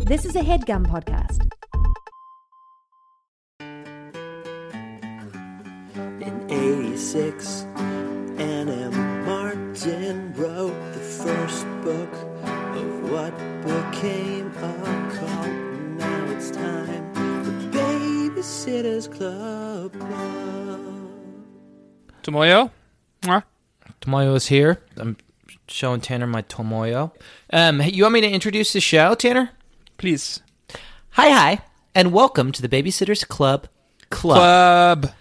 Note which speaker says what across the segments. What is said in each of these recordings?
Speaker 1: This is a headgum podcast.
Speaker 2: In 86, Anna Martin wrote the first book of what became a cult. Now it's time for Babysitter's Club.
Speaker 3: Tomoyo? Mwah.
Speaker 4: Tomoyo's here.
Speaker 3: Um,
Speaker 4: I'm showing Tanner my Tomoyo. Um, hey, you want me to introduce the show, Tanner?
Speaker 3: Please.
Speaker 4: Hi, hi, and welcome to the Babysitters Club Club,
Speaker 3: Club.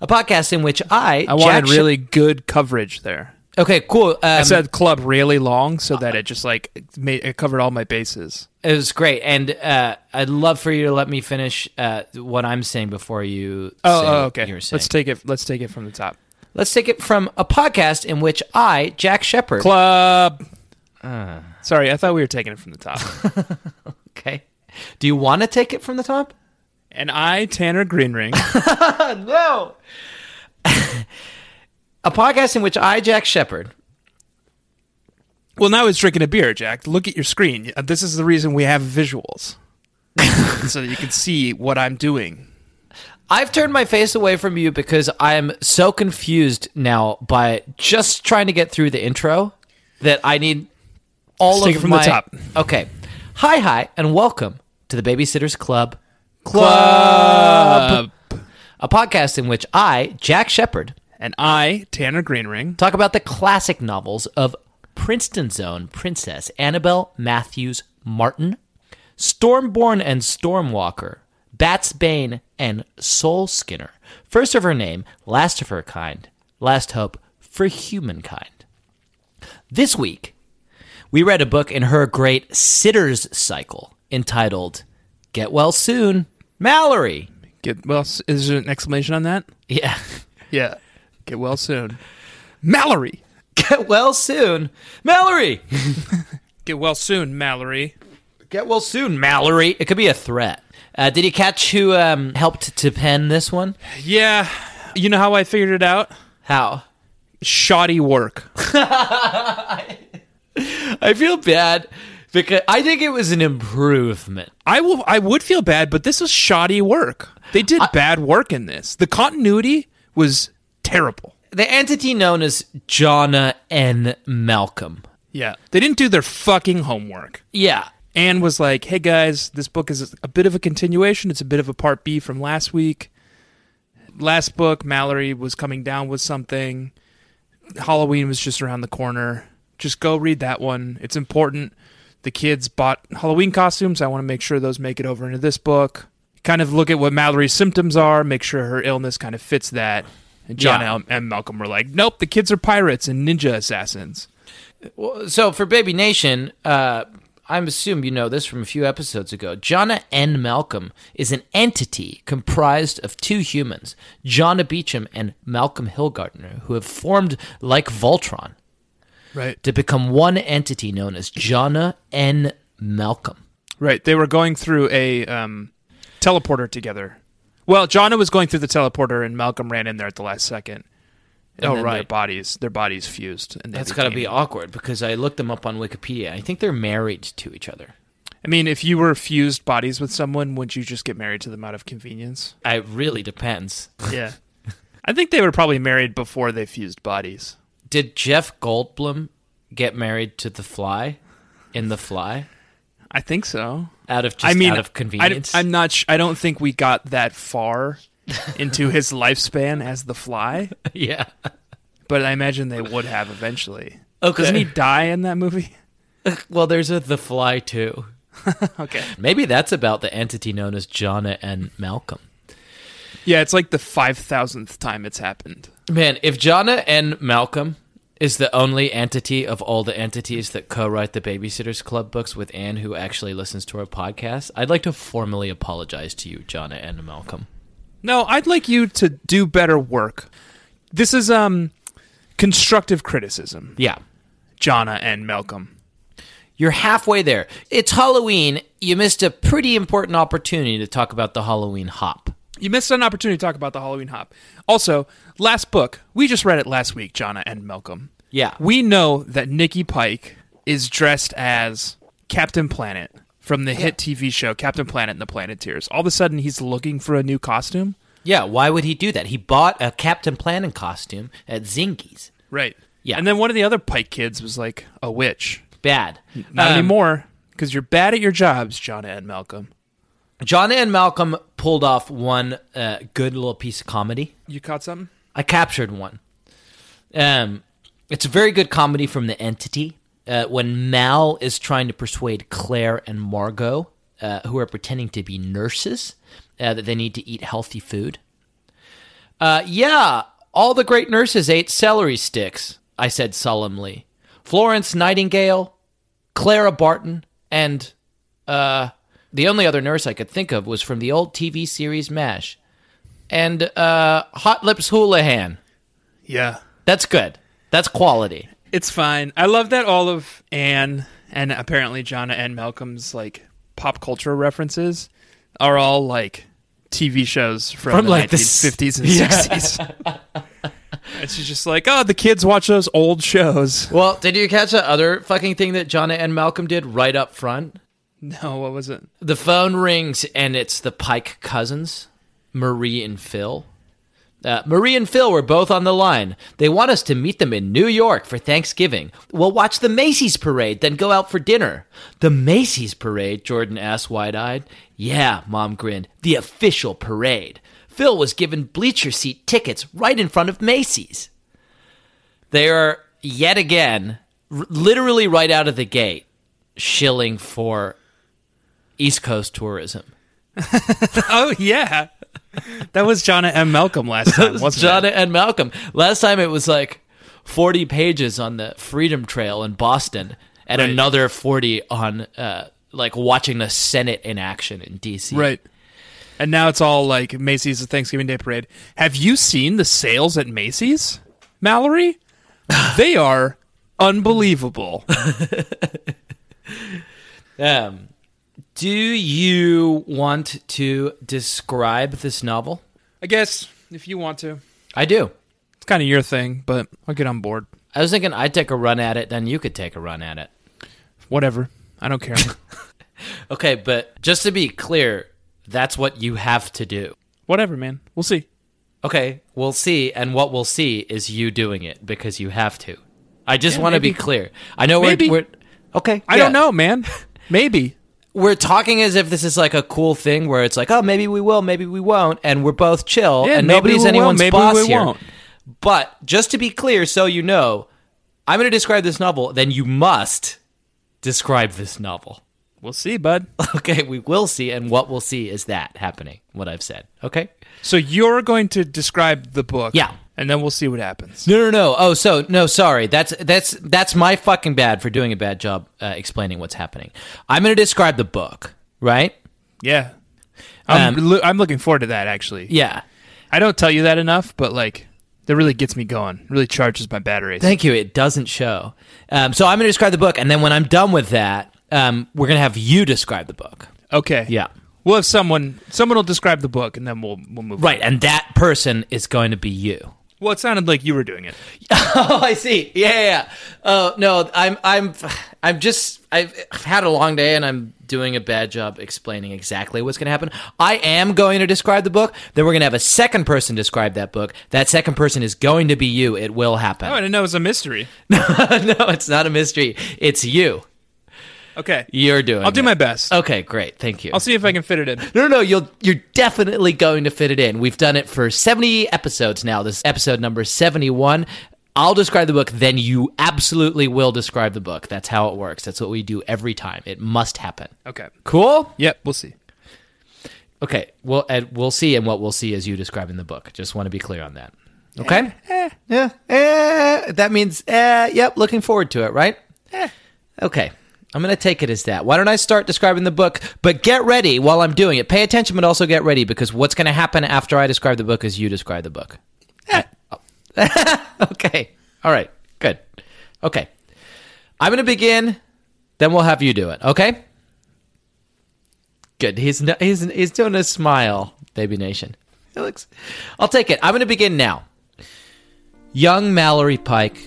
Speaker 4: a podcast in which I
Speaker 3: I
Speaker 4: Jack
Speaker 3: wanted
Speaker 4: Sh-
Speaker 3: really good coverage there.
Speaker 4: okay, cool. Um,
Speaker 3: I said club really long so that it just like made, it covered all my bases.
Speaker 4: it was great, and uh, I'd love for you to let me finish uh, what I'm saying before you.
Speaker 3: Oh,
Speaker 4: say
Speaker 3: oh,
Speaker 4: what
Speaker 3: okay.
Speaker 4: You're saying.
Speaker 3: Let's take it. Let's take it from the top.
Speaker 4: Let's take it from a podcast in which I, Jack Shepard,
Speaker 3: Club.
Speaker 4: Ah.
Speaker 3: Sorry, I thought we were taking it from the top.
Speaker 4: okay. Do you want to take it from the top?
Speaker 3: and I, Tanner Greenring,
Speaker 4: No. a podcast in which I, Jack Shepard,
Speaker 3: well, now it's drinking a beer, Jack. Look at your screen. Uh, This is the reason we have visuals, so that you can see what I'm doing.
Speaker 4: I've turned my face away from you because I'm so confused now by just trying to get through the intro that I need
Speaker 3: Let's
Speaker 4: all of
Speaker 3: take it from the
Speaker 4: my
Speaker 3: top.
Speaker 4: Okay. Hi hi and welcome to the Babysitters Club
Speaker 3: Club.
Speaker 4: a podcast in which I, Jack Shepard,
Speaker 3: And I, Tanner Greenring,
Speaker 4: talk about the classic novels of Princeton's own Princess Annabelle Matthews Martin, Stormborn and Stormwalker, Bat's Bane, and Soul Skinner. First of her name, last of her kind, last hope for humankind. This week, we read a book in her great Sitters cycle entitled Get Well Soon, Mallory.
Speaker 3: Get well. s- Is there an exclamation on that?
Speaker 4: Yeah.
Speaker 3: Yeah. Get well soon, Mallory.
Speaker 4: Get Well Soon, Mallory.
Speaker 3: Get well soon, Mallory.
Speaker 4: Get well soon, Mallory. It could be a threat. Uh, did you catch who um, helped to pen this one?
Speaker 3: Yeah. You know how I figured it out?
Speaker 4: How?
Speaker 3: Shoddy work.
Speaker 4: I feel bad because I think it was an improvement.
Speaker 3: I will. I would feel bad, but this was shoddy work. They did bad work in this. The continuity was terrible.
Speaker 4: The entity known as Jonna and Malcolm.
Speaker 3: Yeah. They didn't do their fucking homework.
Speaker 4: Yeah.
Speaker 3: Anne was like, "Hey guys, this book is a bit of a continuation. It's a bit of a part B from last week. Last book, Mallory was coming down with something. Halloween was just around the corner. Just go read that one. It's important. The kids bought Halloween costumes. I want to make sure those make it over into this book. Kind of look at what Mallory's symptoms are, make sure her illness kind of fits that." And John
Speaker 4: Yeah.
Speaker 3: Al- and Malcolm were like, "Nope, the kids are pirates and ninja assassins."
Speaker 4: Well, So for Baby Nation, uh, I'm assuming you know this from a few episodes ago. Jonna N. Malcolm is an entity comprised of two humans, Jonna Beecham and Malcolm Hillgartner, who have formed like Voltron.
Speaker 3: Right.
Speaker 4: to become one entity known as Jonna N. Malcolm.
Speaker 3: Right. They were going through a um, teleporter together. Well, Jonna was going through the teleporter, and Malcolm ran in there at the last second.
Speaker 4: And
Speaker 3: oh,
Speaker 4: then
Speaker 3: right.
Speaker 4: they-
Speaker 3: Their bodies, their bodies fused. And they
Speaker 4: That's got to be
Speaker 3: became-
Speaker 4: awkward because I looked them up on Wikipedia. I think they're married to each other.
Speaker 3: I mean, if you were fused bodies with someone, would you just get married to them out of convenience?
Speaker 4: It really depends.
Speaker 3: Yeah. I think they were probably married before they fused bodies.
Speaker 4: Did Jeff Goldblum get married to the fly in the fly
Speaker 3: I think so.
Speaker 4: out of just
Speaker 3: I mean,
Speaker 4: out of convenience?
Speaker 3: I, am not. Sh- I don't think we got that far into his lifespan as the Fly,
Speaker 4: yeah.
Speaker 3: but I imagine they would have eventually.
Speaker 4: Okay.
Speaker 3: Doesn't he die in that movie?
Speaker 4: Well, there's a the fly too.
Speaker 3: Okay.
Speaker 4: Maybe that's about the entity known as Jonna and Malcolm.
Speaker 3: Yeah, it's like the five thousandth time it's happened.
Speaker 4: Man, if Jonna and Malcolm is the only entity of all the entities that co-write the Babysitters Club books with Anne, who actually listens to our podcast, I'd like to formally apologize to you, Jonna and Malcolm.
Speaker 3: No, I'd like you to do better work. This is um constructive criticism,
Speaker 4: Yeah,
Speaker 3: Jonna and Malcolm.
Speaker 4: you're halfway there. It's Halloween. You missed a pretty important opportunity to talk about the Halloween hop.
Speaker 3: You missed an opportunity to talk about the Halloween hop. Also, last book, we just read it last week, Jonna and Malcolm.
Speaker 4: Yeah,
Speaker 3: We know that Nikki Pike is dressed as Captain Planet from the hit TV show Captain Planet and the Planeteers. All of a sudden, he's looking for a new costume.
Speaker 4: Yeah, why would he do that? He bought a Captain Planet costume at Zingy's.
Speaker 3: Right.
Speaker 4: Yeah.
Speaker 3: And then one of the other Pike kids was like a witch.
Speaker 4: Bad.
Speaker 3: Not
Speaker 4: Um,
Speaker 3: anymore, because you're bad at your jobs, John and Malcolm.
Speaker 4: John and Malcolm pulled off one uh, good little piece of comedy.
Speaker 3: You caught something?
Speaker 4: I captured one. Um, it's a very good comedy from The Entity. Uh, when Mal is trying to persuade Claire and Margot, uh, who are pretending to be nurses, uh, that they need to eat healthy food. Uh, yeah, all the great nurses ate celery sticks, I said solemnly. Florence Nightingale, Clara Barton, and uh, the only other nurse I could think of was from the old TV series MASH. And uh, Hot Lips Houlihan.
Speaker 3: Yeah.
Speaker 4: That's good. That's quality.
Speaker 3: It's fine. I love that all of Anne and apparently Jonna and Malcolm's like pop culture references are all like TV shows from,
Speaker 4: From,
Speaker 3: the
Speaker 4: like, the s-
Speaker 3: 1950s and
Speaker 4: Yeah.
Speaker 3: 60s. and she's just like, oh, the kids watch those old shows.
Speaker 4: Well, did you catch that other fucking thing that Jonna and Malcolm did right up front?
Speaker 3: No, what was it?
Speaker 4: The phone rings and it's the Pike cousins, Marie and Phil. Uh, Marie and Phil were both on the line. They want us to meet them in New York for Thanksgiving. We'll watch the Macy's parade, then go out for dinner. The Macy's parade? Jordan asked wide eyed. Yeah, Mom grinned. The official parade. Phil was given bleacher seat tickets right in front of Macy's. They are yet again, r- literally right out of the gate, shilling for East Coast tourism.
Speaker 3: Oh, yeah. That was Jonna and Malcolm last time, wasn't
Speaker 4: John
Speaker 3: it?
Speaker 4: and Malcolm. Last time it was like 40 pages on the Freedom Trail in Boston and
Speaker 3: Right.
Speaker 4: another 40 on uh, like watching the Senate in action in DC.
Speaker 3: Right. And now it's all like Macy's Thanksgiving Day Parade. Have you seen the sales at Macy's, Mallory? they are unbelievable.
Speaker 4: Um, do you want to describe this novel?
Speaker 3: I guess if you want to,
Speaker 4: I do.
Speaker 3: it's kind of your thing, but I'll get on board.
Speaker 4: I was thinking I'd take a run at it, then you could take a run at it.
Speaker 3: Whatever. I don't care.
Speaker 4: Okay, but just to be clear, that's what you have to do.
Speaker 3: Whatever, man. We'll see.
Speaker 4: Okay, we'll see, and what we'll see is you doing it because you have to. I just
Speaker 3: Yeah,
Speaker 4: want to be
Speaker 3: maybe.
Speaker 4: clear. I know we're,
Speaker 3: Maybe.
Speaker 4: we're okay.
Speaker 3: I don't
Speaker 4: yeah.
Speaker 3: know, man. Maybe.
Speaker 4: We're talking as if this is like a cool thing where it's like, oh, maybe we will, maybe we won't, and we're both chill,
Speaker 3: Yeah,
Speaker 4: and
Speaker 3: maybe
Speaker 4: nobody's
Speaker 3: we will,
Speaker 4: anyone's
Speaker 3: maybe
Speaker 4: boss
Speaker 3: we
Speaker 4: here.
Speaker 3: won't.
Speaker 4: But just to be clear, so you know, I'm going to describe this novel. Then you must describe this novel.
Speaker 3: We'll see, bud.
Speaker 4: Okay, we will see, and what we'll see is that happening. What I've said. Okay.
Speaker 3: So you're going to describe the book.
Speaker 4: Yeah.
Speaker 3: And then we'll see what happens.
Speaker 4: No, no, no. Oh, so no, sorry. That's that's that's my fucking bad for doing a bad job uh, explaining what's happening. I'm going to describe the book, right?
Speaker 3: Yeah. I'm,
Speaker 4: Um,
Speaker 3: loo- I'm looking forward to that, actually.
Speaker 4: Yeah.
Speaker 3: I don't tell you that enough, but like that really gets me going. Really charges my batteries.
Speaker 4: Thank you. It doesn't show. Um, so I'm going to describe the book, and then when I'm done with that, um, we're going to have you describe the book.
Speaker 3: okay.
Speaker 4: Yeah.
Speaker 3: We'll have someone someone will describe the book and then we'll we'll move
Speaker 4: Right,
Speaker 3: on.
Speaker 4: and that person is going to be you.
Speaker 3: Well, it sounded like you were doing it.
Speaker 4: Oh, I see. Yeah, yeah, yeah. Oh no, I'm, I'm, I'm just. I've I've had a long day, and I'm doing a bad job explaining exactly what's going to happen. I am going to describe the book. Then we're going to have a second person describe that book. That second person is going to be you. It
Speaker 3: Oh,
Speaker 4: will
Speaker 3: I
Speaker 4: happen.
Speaker 3: didn't know it was a mystery.
Speaker 4: no, it's not a mystery. It's you.
Speaker 3: Okay.
Speaker 4: You're doing.
Speaker 3: I'll do
Speaker 4: it. Oh.
Speaker 3: my best.
Speaker 4: Okay, great. Thank you.
Speaker 3: I'll see if I can fit it in.
Speaker 4: No, no, no. You'll you're definitely going to fit it in. We've done it for 70 episodes now. This is episode number 71. I'll describe the book, then you absolutely will describe the book. That's how it works. That's what we do every time. It must happen.
Speaker 3: Okay.
Speaker 4: Cool?
Speaker 3: Yep, we'll see.
Speaker 4: Okay. Well, and we'll see and what we'll see is you describing the book. Just want to be clear on that. Okay? eh, yeah. Eh, that means eh, yep, looking forward to it, right? Eh. Okay. I'm going to take it as that. Why don't I start describing the book? But get ready while I'm doing it. Pay attention, but also get ready because what's going to happen after I describe the book is you describe the book. Eh. oh. okay. All right. Good. Okay. I'm going to begin, then we'll have you do it. Okay? Good. He's, no, he's, he's doing a smile, Baby Nation. It looks. I'll take it. I'm going to begin now. Young Mallory Pike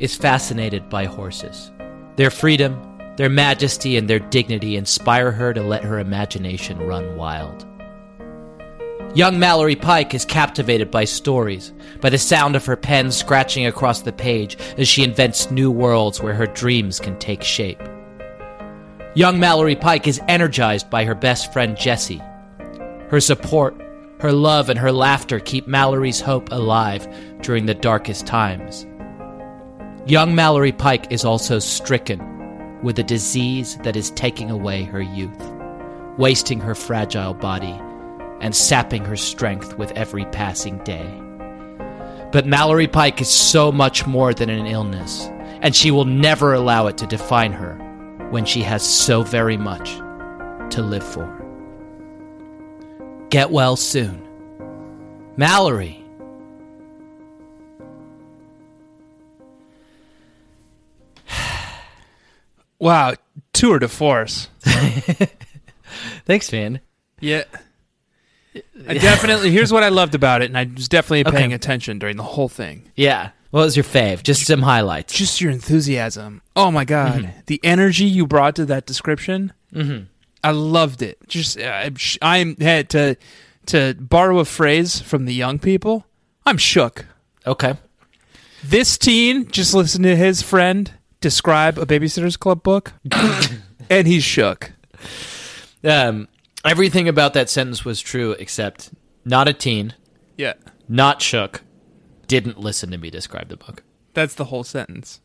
Speaker 4: is fascinated by horses, their freedom, Their majesty and their dignity inspire her to let her imagination run wild. Young Mallory Pike is captivated by stories, by the sound of her pen scratching across the page as she invents new worlds where her dreams can take shape. Young Mallory Pike is energized by her best friend Jessie. Her support, her love, and her laughter keep Mallory's hope alive during the darkest times. Young Mallory Pike is also stricken with a disease that is taking away her youth, wasting her fragile body, and sapping her strength with every passing day. But Mallory Pike is so much more than an illness, and she will never allow it to define her when she has so very much to live for. Get well soon. Mallory.
Speaker 3: Wow, tour de force.
Speaker 4: Thanks, man.
Speaker 3: Yeah. I definitely here's what I loved about it, and I was definitely
Speaker 4: Okay.
Speaker 3: paying attention during the whole thing.
Speaker 4: Yeah. What was your fave? Just some highlights.
Speaker 3: Just your enthusiasm. Oh my god, the energy you brought to that description. Mm-hmm. I loved it. Just uh, I'm, sh- I'm had to to borrow a phrase from the young people. I'm shook.
Speaker 4: okay.
Speaker 3: This teen just listened to his friend describe a Babysitter's Club book, and he's shook.
Speaker 4: Um, everything about that sentence was true except not a teen,
Speaker 3: Yeah,
Speaker 4: not shook, didn't listen to me describe the book.
Speaker 3: that's the whole sentence.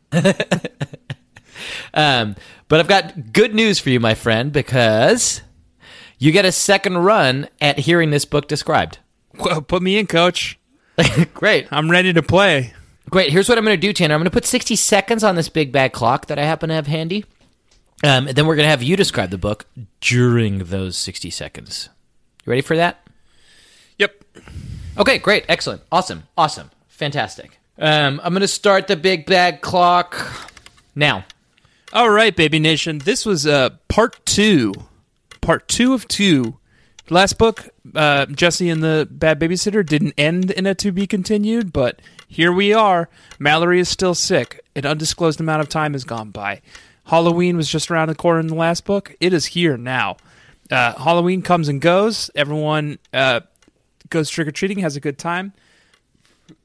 Speaker 4: Um, but I've got good news for you, my friend, because you get a second run at hearing this book described.
Speaker 3: Well, put me in, coach.
Speaker 4: Great.
Speaker 3: I'm ready to play.
Speaker 4: Great. Here's what I'm going to do, Tanner. I'm going to put 60 seconds on this big bad clock that I happen to have handy. Um, and then we're going to have you describe the book during those 60 seconds. You ready for that?
Speaker 3: Yep.
Speaker 4: Okay, great. Excellent. Awesome. Awesome. Fantastic. Um, I'm going to start the big bad clock now.
Speaker 3: All right, Baby Nation. This was uh, part two. Part two of two. Last book, uh, Jesse and the Bad Babysitter, didn't end in a to be continued, but here we are. Mallory is still sick. An undisclosed amount of time has gone by. Halloween was just around the corner in the last book. It is here now. Uh, Halloween comes and goes. Everyone uh, goes trick or treating, has a good time.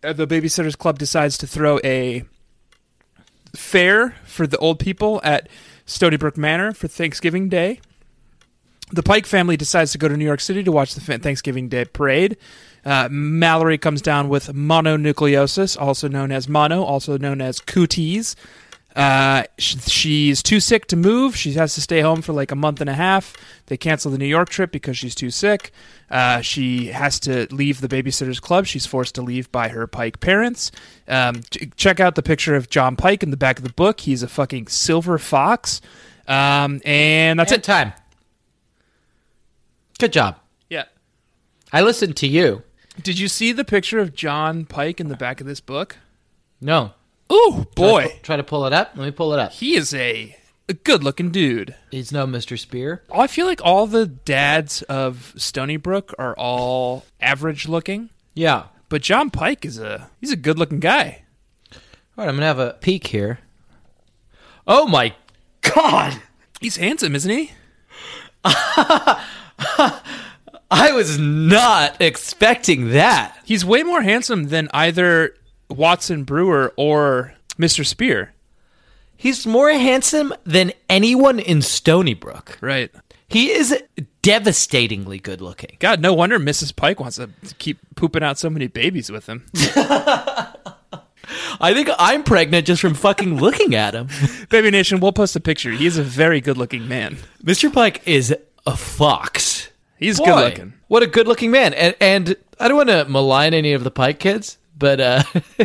Speaker 3: Uh, The Babysitters Club decides to throw a fair for the old people at Stony Brook Manor for Thanksgiving Day. The Pike family decides to go to New York City to watch the fa- Thanksgiving Day parade. Uh, Mallory comes down with mononucleosis, also known as mono, also known as cooties. Uh, sh- she's too sick to move. She has to stay home for like a month and a half. They cancel the New York trip because she's too sick. Uh, she has to leave the babysitters club. She's forced to leave by her Pike parents. Um, ch- check out the picture of John Pike in the back of the book. He's a fucking silver fox. Um, and that's
Speaker 4: That's it.
Speaker 3: it.
Speaker 4: Time. Good job.
Speaker 3: Yeah.
Speaker 4: I listened to you.
Speaker 3: Did you see the picture of John Pike in the back of this book?
Speaker 4: No.
Speaker 3: Ooh,
Speaker 4: Try
Speaker 3: boy.
Speaker 4: to, try to pull it up. Let me pull it up.
Speaker 3: He is a, a good looking dude.
Speaker 4: He's no Mr. Spear.
Speaker 3: I feel like all the dads of Stony Brook are all average looking,
Speaker 4: Yeah.
Speaker 3: but John Pike is a he's a good looking guy.
Speaker 4: All right, I'm going to have a peek here. Oh my god.
Speaker 3: He's handsome, isn't he?
Speaker 4: I was not expecting that.
Speaker 3: He's way more handsome than either Watson Brewer or Mr. Spear.
Speaker 4: He's more handsome than anyone in Stony Brook.
Speaker 3: Right.
Speaker 4: He is devastatingly good looking.
Speaker 3: God, no wonder Mrs. Pike wants to keep pooping out so many babies with him.
Speaker 4: I think I'm pregnant just from fucking looking at him.
Speaker 3: Baby Nation, we'll post a picture. He is a very good looking man.
Speaker 4: Mr. Pike is a fox.
Speaker 3: He's
Speaker 4: Boy,
Speaker 3: good looking.
Speaker 4: What a good looking man. And, and I don't want to malign any of the Pike kids, but uh,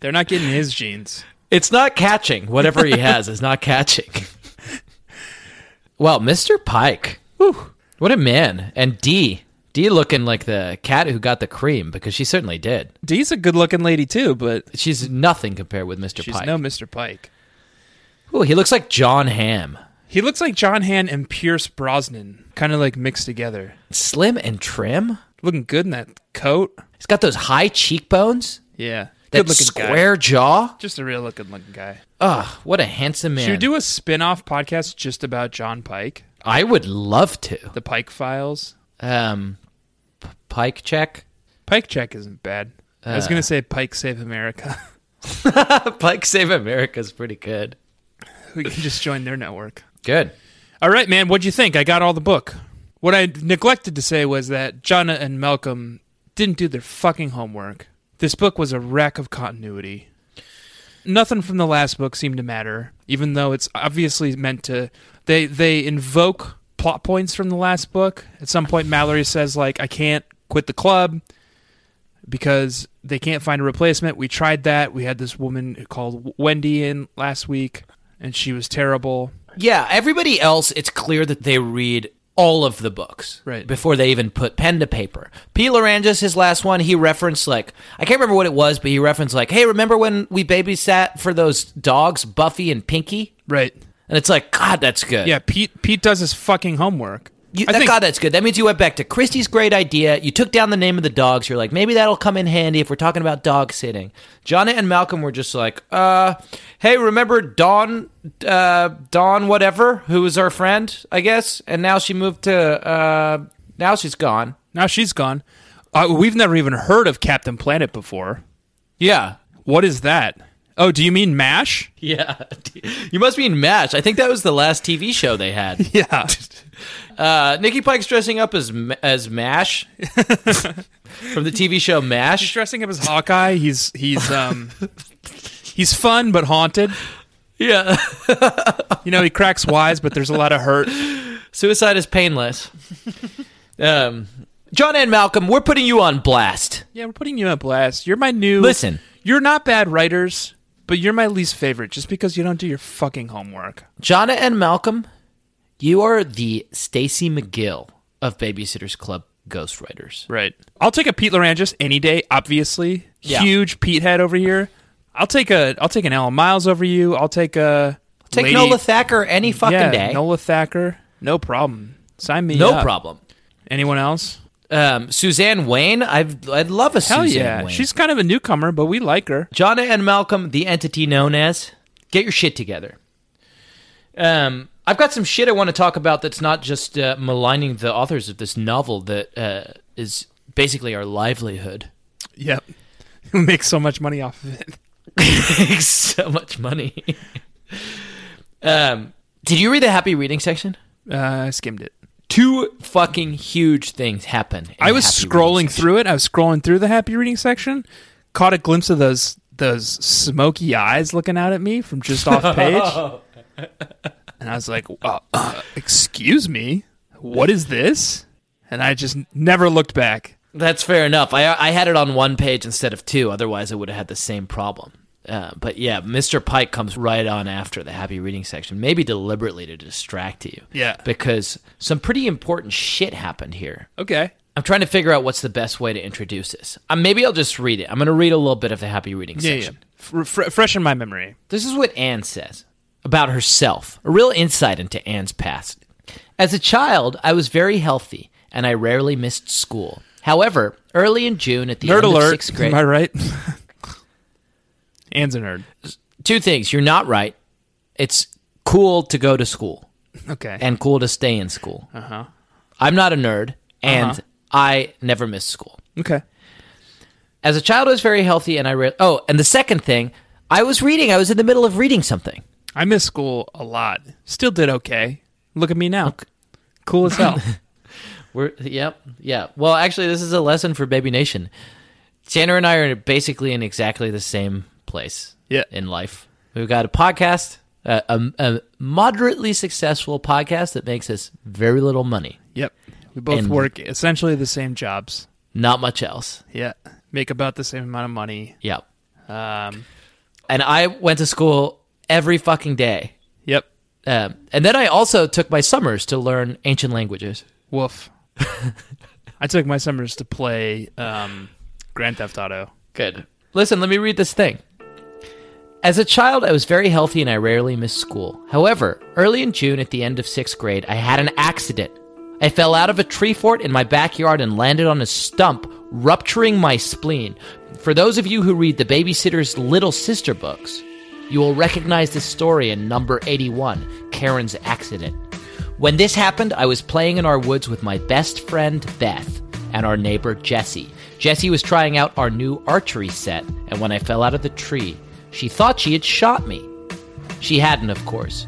Speaker 3: They're not getting his genes.
Speaker 4: it's not catching. Whatever he has is not catching. well, Mr. Pike. Whew. What a man. And D. D looking like the cat who got the cream because she certainly did.
Speaker 3: Dee's a good looking lady too, but
Speaker 4: She's nothing compared with Mr.
Speaker 3: she's
Speaker 4: Pike.
Speaker 3: no Mr. Pike.
Speaker 4: Ooh, he looks like John Hamm.
Speaker 3: He looks like John Han and Pierce Brosnan, kind of like mixed together.
Speaker 4: Slim and trim.
Speaker 3: Looking good in that coat.
Speaker 4: He's got those high cheekbones,
Speaker 3: Yeah.
Speaker 4: that
Speaker 3: good looking
Speaker 4: square jaw.
Speaker 3: Just a real looking looking guy.
Speaker 4: Ugh, what a handsome man.
Speaker 3: Should we do a spin-off podcast just about John Pike,
Speaker 4: I would love to.
Speaker 3: the Pike Files?
Speaker 4: Um, P- Pike check.
Speaker 3: Pike Check isn't bad. I was
Speaker 4: Uh.
Speaker 3: gonna say Pike Save America.
Speaker 4: Pike Save America's pretty good.
Speaker 3: we can just join their network.
Speaker 4: Good.
Speaker 3: All right, man. What'd you think? I got all the book. What I neglected to say was that Jonna and Malcolm didn't do their fucking homework. This book was a wreck of continuity. Nothing from the last book seemed to matter, even though it's obviously meant to. They they invoke plot points from the last book. At some point, Mallory says like, "I can't quit the club because they can't find a replacement." We tried that. We had this woman called Wendy in last week, and she was terrible.
Speaker 4: Yeah, everybody else, it's clear that they read all of the books
Speaker 3: Right.
Speaker 4: before they even put pen to paper. P. Larangis, his last one, he referenced like I can't remember what it was, but he referenced like, "Hey, remember when we babysat for those dogs, Buffy and Pinky?"
Speaker 3: Right.
Speaker 4: And it's like, God, that's good.
Speaker 3: Yeah, Pete Pete does his fucking homework.
Speaker 4: You,
Speaker 3: I
Speaker 4: that,
Speaker 3: think-
Speaker 4: God, that's good. That means you went back to Christie's great idea. You took down the name of the dogs. You're like, maybe that'll come in handy if we're talking about dog sitting. Jonna and Malcolm were just like, uh, hey, remember Dawn, uh, Dawn whatever, who was our friend, I guess? And now she moved to, uh, now she's gone.
Speaker 3: now she's gone. Uh, we've never even heard of Captain Planet before.
Speaker 4: Yeah.
Speaker 3: What is that? Oh, do you mean Mash?
Speaker 4: Yeah. you must mean Match. I think that was the last TV show they had.
Speaker 3: Yeah.
Speaker 4: Uh, Nikki Pike's dressing up as, M- as MASH from the TV show MASH.
Speaker 3: he's dressing up as Hawkeye. He's he's um he's fun but haunted.
Speaker 4: Yeah.
Speaker 3: You know, he cracks wise, but there's a lot of hurt.
Speaker 4: Suicide is painless. um, John and Malcolm, we're putting you on blast.
Speaker 3: Yeah, we're putting you on blast. You're my new
Speaker 4: Listen.
Speaker 3: You're not bad writers, but you're my least favorite just because you don't do your fucking homework.
Speaker 4: Jonna and Malcolm, you are the Stacy McGill of Babysitters Club ghostwriters.
Speaker 3: Right. I'll take a Pete Larangis any day, obviously.
Speaker 4: Yeah.
Speaker 3: Huge Pete head over here. I'll take a I'll take an Alan Miles over you. I'll take a
Speaker 4: Take
Speaker 3: Lady-
Speaker 4: Nola Thacker any fucking
Speaker 3: yeah,
Speaker 4: day.
Speaker 3: Nola Thacker. No problem. Sign me
Speaker 4: no
Speaker 3: up.
Speaker 4: problem.
Speaker 3: Anyone else?
Speaker 4: Um, Suzanne Wayne, I've, I'd love a
Speaker 3: Hell
Speaker 4: Suzanne
Speaker 3: yeah.
Speaker 4: Wayne.
Speaker 3: She's kind of a newcomer, but we like her.
Speaker 4: Jonna and Malcolm, the entity known as, get your shit together. Um, I've got some shit I want to talk about that's not just uh, maligning the authors of this novel that uh, is basically our livelihood.
Speaker 3: Yep. We make so much money off of it.
Speaker 4: so much money. um, did you read the happy reading section?
Speaker 3: Uh, I skimmed it.
Speaker 4: Two fucking huge things happen. in
Speaker 3: I was
Speaker 4: the happy reading
Speaker 3: scrolling
Speaker 4: section.
Speaker 3: through it. I was scrolling through the happy reading section, caught a glimpse of those those smoky eyes looking out at me from just off page, and I was like, uh, uh, "Excuse me, what is this?" And I just never looked back.
Speaker 4: That's fair enough. I I had it on one page instead of two. Otherwise, I would have had the same problem. Uh, but yeah, Mr. Pike comes right on after the happy reading section, maybe deliberately to distract you.
Speaker 3: Yeah.
Speaker 4: Because some pretty important shit happened here.
Speaker 3: Okay,
Speaker 4: I'm trying to figure out what's the best way to introduce this. Uh, maybe I'll just read it. I'm going to read a little bit of the happy reading
Speaker 3: yeah, yeah.
Speaker 4: section.
Speaker 3: F- fr- fresh in my memory.
Speaker 4: This is what Anne says about herself, a real insight into Anne's past. As a child, I was very healthy and I rarely missed school. However, early in June at the
Speaker 3: Nerd
Speaker 4: end of
Speaker 3: alert.
Speaker 4: sixth grade,
Speaker 3: Am I right? Anne's a nerd.
Speaker 4: two things. You're not right. It's cool to go to school
Speaker 3: Okay.
Speaker 4: and cool to stay in school. Uh-huh. I'm not a nerd and
Speaker 3: Uh-huh.
Speaker 4: I never missed school.
Speaker 3: okay.
Speaker 4: As a child, I was very healthy and I read. Oh, and the second thing, I was reading. I was in the middle of reading something.
Speaker 3: I missed school a lot. Still did okay. Look at me now. Cool as hell.
Speaker 4: We're yep, yeah. Well, actually, this is a lesson for Baby Nation. Tanner and I are basically in exactly the same place.
Speaker 3: Yeah.
Speaker 4: in life, we've got a podcast, a, a, a moderately successful podcast that makes us very little money,
Speaker 3: Yep. We both
Speaker 4: And-
Speaker 3: work essentially the same jobs.
Speaker 4: not much else.
Speaker 3: Yeah. Make about the same amount of money.
Speaker 4: Yep.
Speaker 3: Um,
Speaker 4: And I went to school every fucking day.
Speaker 3: yep.
Speaker 4: Um, and then I also took my summers to learn ancient languages.
Speaker 3: Woof. I took my summers to play um, Grand Theft Auto.
Speaker 4: Good. Listen, let me read this thing. As a child, I was very healthy and I rarely missed school. However, early in June at the end of sixth grade, I had an accident. I fell out of a tree fort in my backyard and landed on a stump, rupturing my spleen. For those of you who read the babysitter's little sister books, You will recognize this story in number 81 Karen's Accident. When this happened, I was playing in our woods with my best friend Beth and our neighbor Jessie. Jessie was trying out our new archery set, and when I fell out of the tree, she thought she had shot me. She hadn't, of course.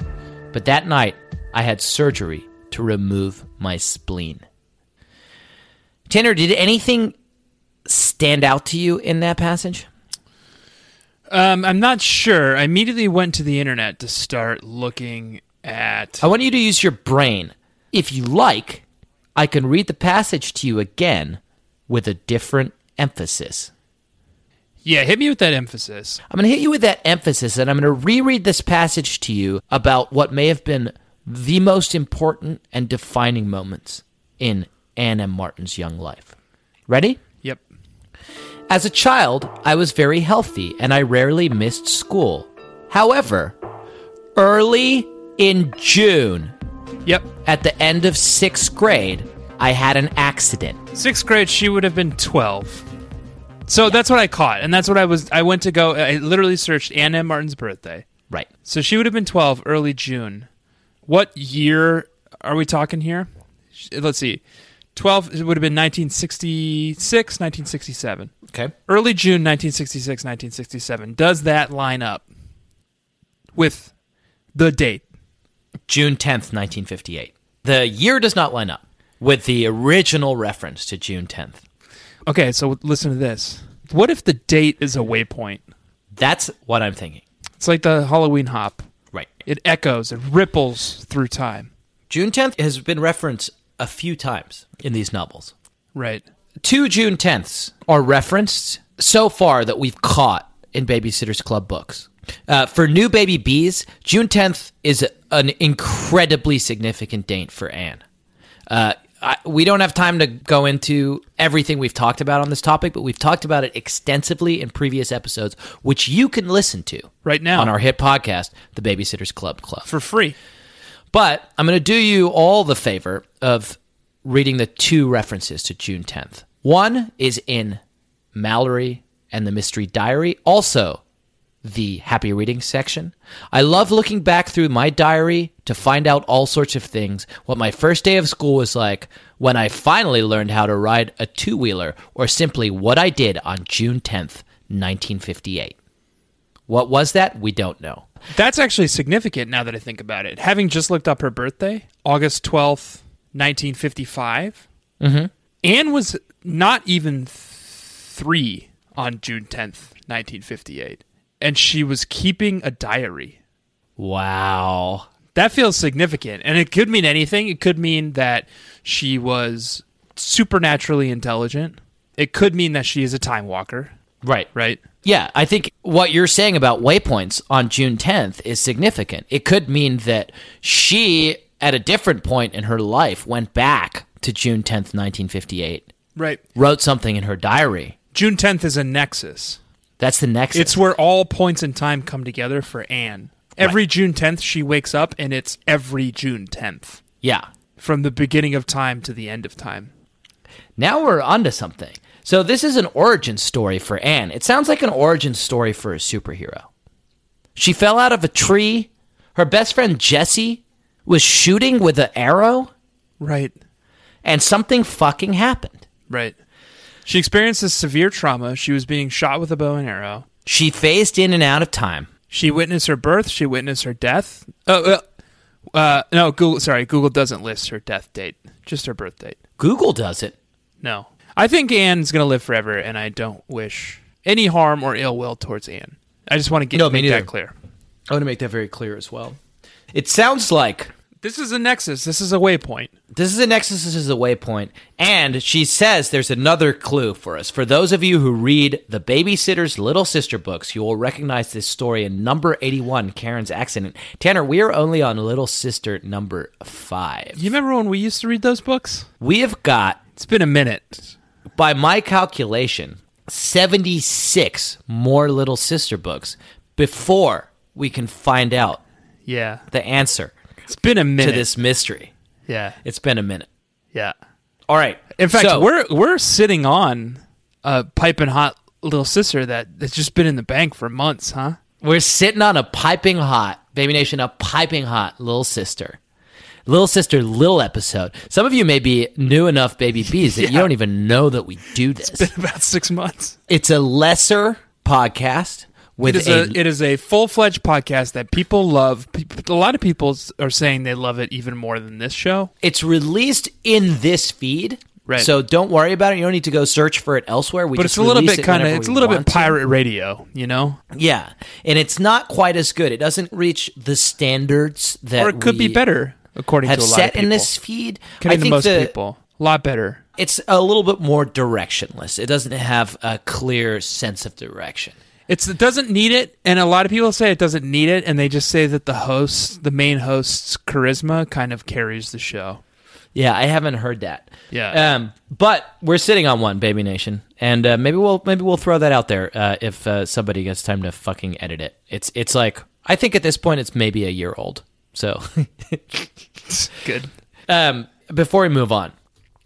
Speaker 4: But that night, I had surgery to remove my spleen. Tanner, did anything stand out to you in that passage?
Speaker 3: Um, I'm not sure. I immediately went to the internet to start looking at.
Speaker 4: I want you to use your brain. If you like, I can read the passage to you again with a different emphasis.
Speaker 3: Yeah, hit me with that emphasis.
Speaker 4: I'm going to hit you with that emphasis, and I'm going to reread this passage to you about what may have been the most important and defining moments in Anne M. Martin's young life. Ready?
Speaker 3: Yep.
Speaker 4: As a child, I was very healthy and I rarely missed school. However, early in June,
Speaker 3: Yep.
Speaker 4: at the end of sixth grade, I had an accident.
Speaker 3: Sixth grade, she would have been 12. So that's what I caught. And that's what I was. I went to go. I literally searched Anna Martin's birthday.
Speaker 4: Right.
Speaker 3: So she would have been 12 early June. What year are we talking here? Sh- Let's see. 12 it would have been 1966, 1967.
Speaker 4: Okay.
Speaker 3: Early June 1966, 1967. Does that line up with the date?
Speaker 4: June 10th, 1958. The year does not line up with the original reference to June 10th.
Speaker 3: Okay, so listen to this. What if the date is a waypoint?
Speaker 4: That's what I'm thinking.
Speaker 3: It's like the Halloween hop.
Speaker 4: Right.
Speaker 3: It echoes, it ripples through time.
Speaker 4: June 10th has been referenced a few times in these novels.
Speaker 3: Right.
Speaker 4: two June 10ths are referenced so far that we've caught in Babysitter's Club books. Uh, for new baby bees, June 10th is an incredibly significant date for Anne. Uh, I, we don't have time to go into everything we've talked about on this topic, but we've talked about it extensively in previous episodes, which you can listen to
Speaker 3: Right now.
Speaker 4: on our hit podcast, The Babysitter's Club Club.
Speaker 3: For free.
Speaker 4: But I'm going to do you all the favor of reading the two references to June 10th. One is in Mallory and the Mystery Diary, also the happy reading section. I love looking back through my diary to find out all sorts of things. What my first day of school was like, when I finally learned how to ride a two wheeler, or simply what I did on June 10th, 1958. What was that? We don't know.
Speaker 3: That's actually significant now that I think about it. Having just looked up her birthday, August 12th, 1955, mm-hmm. Anne was not even th- three on June 10th, 1958. And she was keeping a diary.
Speaker 4: Wow.
Speaker 3: That feels significant. And it could mean anything. It could mean that she was supernaturally intelligent, it could mean that she is a time walker,
Speaker 4: Right.
Speaker 3: right?
Speaker 4: Yeah, I think what you're saying about waypoints on June 10th is significant. It could mean that she, at a different point in her life, went back to June 10th, 1958,
Speaker 3: Right.
Speaker 4: wrote something in her diary.
Speaker 3: June 10th is a nexus.
Speaker 4: That's the next.
Speaker 3: It's where all points in time come together for Anne. Every June 10th, she wakes up, and it's every June 10th
Speaker 4: yeah.
Speaker 3: from the beginning of time to the end of time.
Speaker 4: Now we're onto something. So this is an origin story for Anne. It sounds like an origin story for a superhero. She fell out of a tree. Her best friend Jesse was shooting with an arrow,
Speaker 3: Right,
Speaker 4: and something fucking happened.
Speaker 3: right. She experiences severe trauma. She was being shot with a bow and arrow.
Speaker 4: She phased in and out of time.
Speaker 3: She witnessed her birth. She witnessed her death. Oh, uh, uh, no, Google. Sorry, Google doesn't list her death date, just her birth date.
Speaker 4: Google does it.
Speaker 3: No, I think Anne's gonna live forever, and I don't wish any harm or ill will towards Anne. I just want to get
Speaker 4: No, me
Speaker 3: make that
Speaker 4: neither.
Speaker 3: clear.
Speaker 4: I want to make that very clear as well. It sounds like
Speaker 3: This is a nexus. This is a waypoint.
Speaker 4: this is an Nexus this is a waypoint, and she says there's another clue for us. For those of you who read the Babysitter's Little Sister books, you will recognize this story in number 81, Karen's Accident. Tanner, we are only on Little Sister number five.
Speaker 3: You remember when we used to read those books?
Speaker 4: We have got
Speaker 3: It's been a minute.
Speaker 4: by my calculation, 76 more Little Sister books before we can find out
Speaker 3: Yeah.
Speaker 4: the answer
Speaker 3: It's been a minute.
Speaker 4: to this mystery.
Speaker 3: Yeah.
Speaker 4: It's been a minute.
Speaker 3: Yeah.
Speaker 4: All right.
Speaker 3: In fact,
Speaker 4: So-
Speaker 3: we're we're sitting on a piping hot little sister that that's just been in the bank for months, huh?
Speaker 4: We're sitting on a piping hot, Baby Nation, a piping hot Little Sister. Little Sister, Little episode. Some of you may be new enough Baby Bees that you don't even know that we do this.
Speaker 3: About six months.
Speaker 4: It's a lesser podcast
Speaker 3: It
Speaker 4: with
Speaker 3: is a, uh, it is a full fledged podcast that people love. Pe- A lot of people s- are saying they love it even more than this show.
Speaker 4: it's released in this feed.
Speaker 3: Right.
Speaker 4: So don't worry about it. You don't need to go search for it elsewhere. We
Speaker 3: But
Speaker 4: just
Speaker 3: it's a little bit
Speaker 4: release it
Speaker 3: kind of
Speaker 4: whenever
Speaker 3: it's a
Speaker 4: we
Speaker 3: little bit
Speaker 4: want to.
Speaker 3: pirate radio, you know,
Speaker 4: Yeah, and it's not quite as good. It doesn't reach the standards that
Speaker 3: or it could be
Speaker 4: we
Speaker 3: better according
Speaker 4: Have
Speaker 3: to a lot of
Speaker 4: set
Speaker 3: people.
Speaker 4: in this feed.
Speaker 3: Could be
Speaker 4: I
Speaker 3: to
Speaker 4: think
Speaker 3: most
Speaker 4: the-
Speaker 3: people a lot better.
Speaker 4: it's a little bit more directionless. It doesn't have a clear sense of direction.
Speaker 3: It's it doesn't need it, and a lot of people say it doesn't need it, and they just say that the host, the main host's charisma, kind of carries the show.
Speaker 4: Yeah, I haven't heard that.
Speaker 3: Yeah.
Speaker 4: um, but we're sitting on one, Baby Nation, and uh, maybe we'll maybe we'll throw that out there uh, if uh, somebody gets time to fucking edit it. It's it's like I think at this point it's maybe a year old. So
Speaker 3: Good.
Speaker 4: um, before we move on,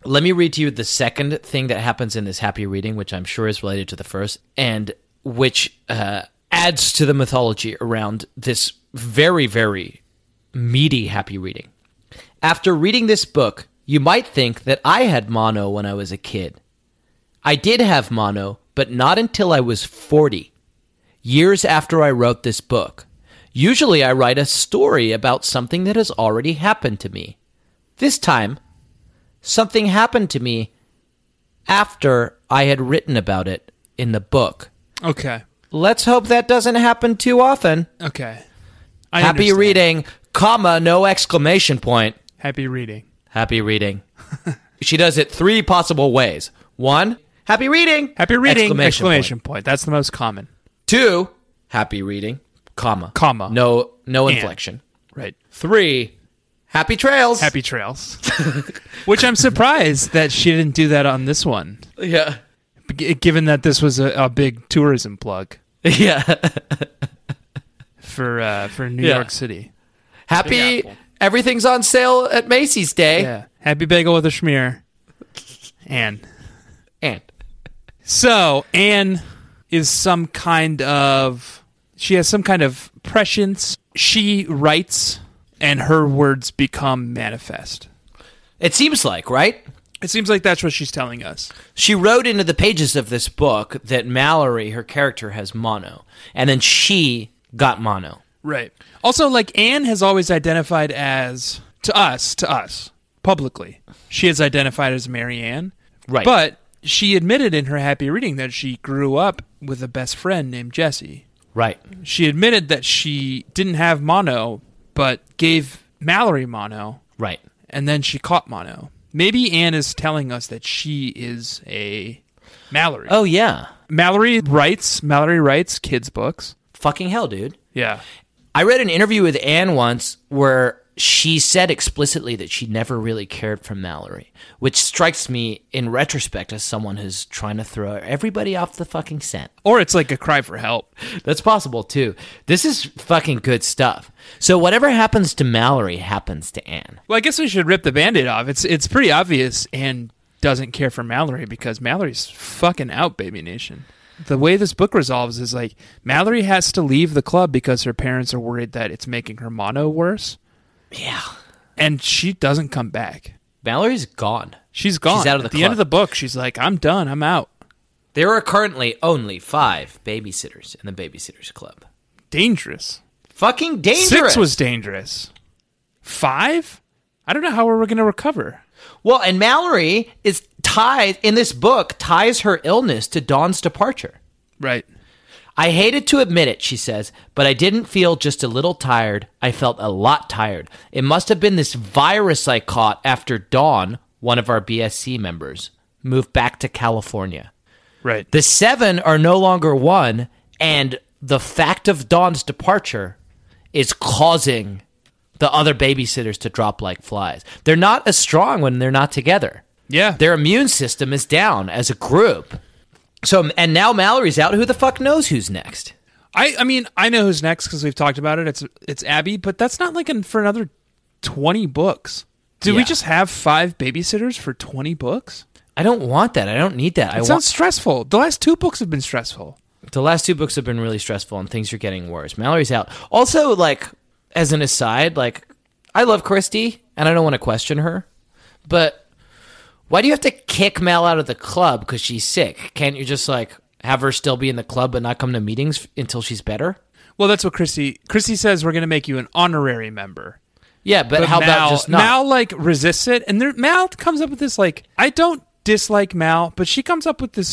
Speaker 4: let me read to you the second thing that happens in this happy reading, which I'm sure is related to the first, and which uh, adds to the mythology around this very, very meaty happy reading. After reading this book, you might think that I had mono when I was a kid. I did have mono, but not until I was 40 years after I wrote this book. Usually, I write a story about something that has already happened to me. This time, something happened to me after I had written about it in the book.
Speaker 3: Okay.
Speaker 4: Let's hope that doesn't happen too often.
Speaker 3: Okay. I
Speaker 4: Happy
Speaker 3: understand.
Speaker 4: reading, comma, no exclamation point.
Speaker 3: Happy reading.
Speaker 4: Happy reading. she does it three possible ways. One, happy reading.
Speaker 3: Happy reading! Exclamation,
Speaker 4: Exclamation,
Speaker 3: point. That's the most common.
Speaker 4: point. Two, happy reading, comma.
Speaker 3: Comma.
Speaker 4: No no
Speaker 3: And.
Speaker 4: inflection.
Speaker 3: Right.
Speaker 4: Three, happy trails.
Speaker 3: Happy trails. Which I'm surprised that she didn't do that on this one,
Speaker 4: Yeah.
Speaker 3: g- given that this was a, a big tourism plug
Speaker 4: Yeah.
Speaker 3: for uh, for New
Speaker 4: Yeah.
Speaker 3: York City.
Speaker 4: happy
Speaker 3: apple.
Speaker 4: everything's on sale at Macy's Day.
Speaker 3: Yeah. Happy bagel with a schmear. And.
Speaker 4: And
Speaker 3: So Anne is some kind of she has some kind of prescience. She writes, and her words become manifest.
Speaker 4: It seems like, right?
Speaker 3: It seems like that's what she's telling us.
Speaker 4: She wrote into the pages of this book that Mallory, her character, has mono, and then she got mono.
Speaker 3: Right. Also, like Anne has always identified as to us, to us publicly, she has identified as Mary Ann.
Speaker 4: Right.
Speaker 3: But she admitted in her happy reading that she grew up with a best friend named Jesse.
Speaker 4: Right.
Speaker 3: She admitted that she didn't have mono, but gave Mallory mono.
Speaker 4: Right.
Speaker 3: and then she caught mono. Maybe Anne is telling us that she is a Mallory.
Speaker 4: Oh yeah.
Speaker 3: Mallory writes Mallory writes kids books.
Speaker 4: Fucking hell, dude.
Speaker 3: Yeah.
Speaker 4: I read an interview with Anne once where she said explicitly that she never really cared for Mallory, which strikes me in retrospect as someone who's trying to throw everybody off the fucking scent.
Speaker 3: Or it's like a cry for help.
Speaker 4: That's possible too. This is fucking good stuff. So whatever happens to Mallory happens to Anne.
Speaker 3: Well, I guess we should rip the band-aid off. It's it's pretty obvious Anne doesn't care for Mallory because Mallory's fucking out, baby nation. The way this book resolves is like Mallory has to leave the club because her parents are worried that it's making her mono worse.
Speaker 4: Yeah.
Speaker 3: And she doesn't come back.
Speaker 4: Mallory's gone.
Speaker 3: She's gone.
Speaker 4: out of the
Speaker 3: At the end
Speaker 4: club.
Speaker 3: of the book, she's like, I'm done, I'm out.
Speaker 4: There are currently only five babysitters in the Babysitters Club.
Speaker 3: dangerous.
Speaker 4: Fucking dangerous.
Speaker 3: Six was dangerous. Five? I don't know how we're going to recover.
Speaker 4: well, and Mallory is tied in this book ties her illness to Dawn's departure.
Speaker 3: Right.
Speaker 4: I hated to admit it, she says, but I didn't feel just a little tired. I felt a lot tired. It must have been this virus I caught after Dawn, one of our BSC members, moved back to California.
Speaker 3: Right.
Speaker 4: The seven are no longer one, and the fact of Dawn's departure is causing the other babysitters to drop like flies. They're not as strong when they're not together.
Speaker 3: Yeah.
Speaker 4: Their immune system is down as a group. So, and now Mallory's out. Who the fuck knows who's next?
Speaker 3: I I mean, I know who's next cuz we've talked about it. It's it's Abby, but that's not like in, for another 20 books. Do we
Speaker 4: Yeah.
Speaker 3: just have 5 babysitters for 20 books?
Speaker 4: I don't want that. I don't need that.
Speaker 3: It
Speaker 4: I want
Speaker 3: sounds stressful. The last two books have been stressful.
Speaker 4: The last two books have been really stressful and things are getting worse. Mallory's out. Also, like, as an aside, like, I love Christy and I don't want to question her, but why do you have to kick Mel out of the club because she's sick? Can't you just, like, have her still be in the club but not come to meetings f- until she's better?
Speaker 3: Well, that's what Christy Christy says. We're going to make you an honorary member.
Speaker 4: Yeah, but,
Speaker 3: But
Speaker 4: how
Speaker 3: Mal,
Speaker 4: about just not?
Speaker 3: Mal like resists it, and there, Mal comes up with this like I don't dislike Mal, but she comes up with this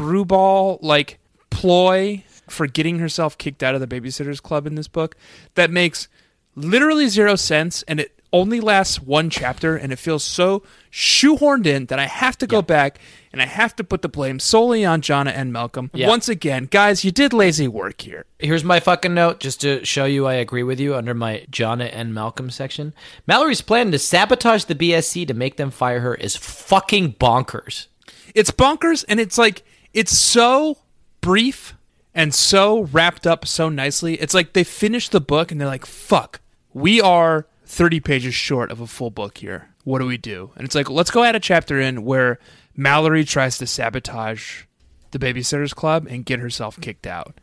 Speaker 3: screwball like ploy for getting herself kicked out of the babysitters club in this book that makes literally zero sense, and it only lasts one chapter, and it feels so shoehorned in that I have to go back and I have to put the blame solely on Jonna and Malcolm
Speaker 4: Yeah.
Speaker 3: once again, guys. You did lazy work here.
Speaker 4: Here's my fucking note just to show you I agree with you under my Jonna and Malcolm section. Mallory's plan to sabotage the BSC to make them fire her is fucking bonkers.
Speaker 3: it's bonkers and it's like it's so brief and so wrapped up so nicely it's like they finish the book and they're like fuck we are 30 pages short of a full book here what do we do and it's like let's go add a chapter in where mallory tries to sabotage the babysitters club and get herself kicked out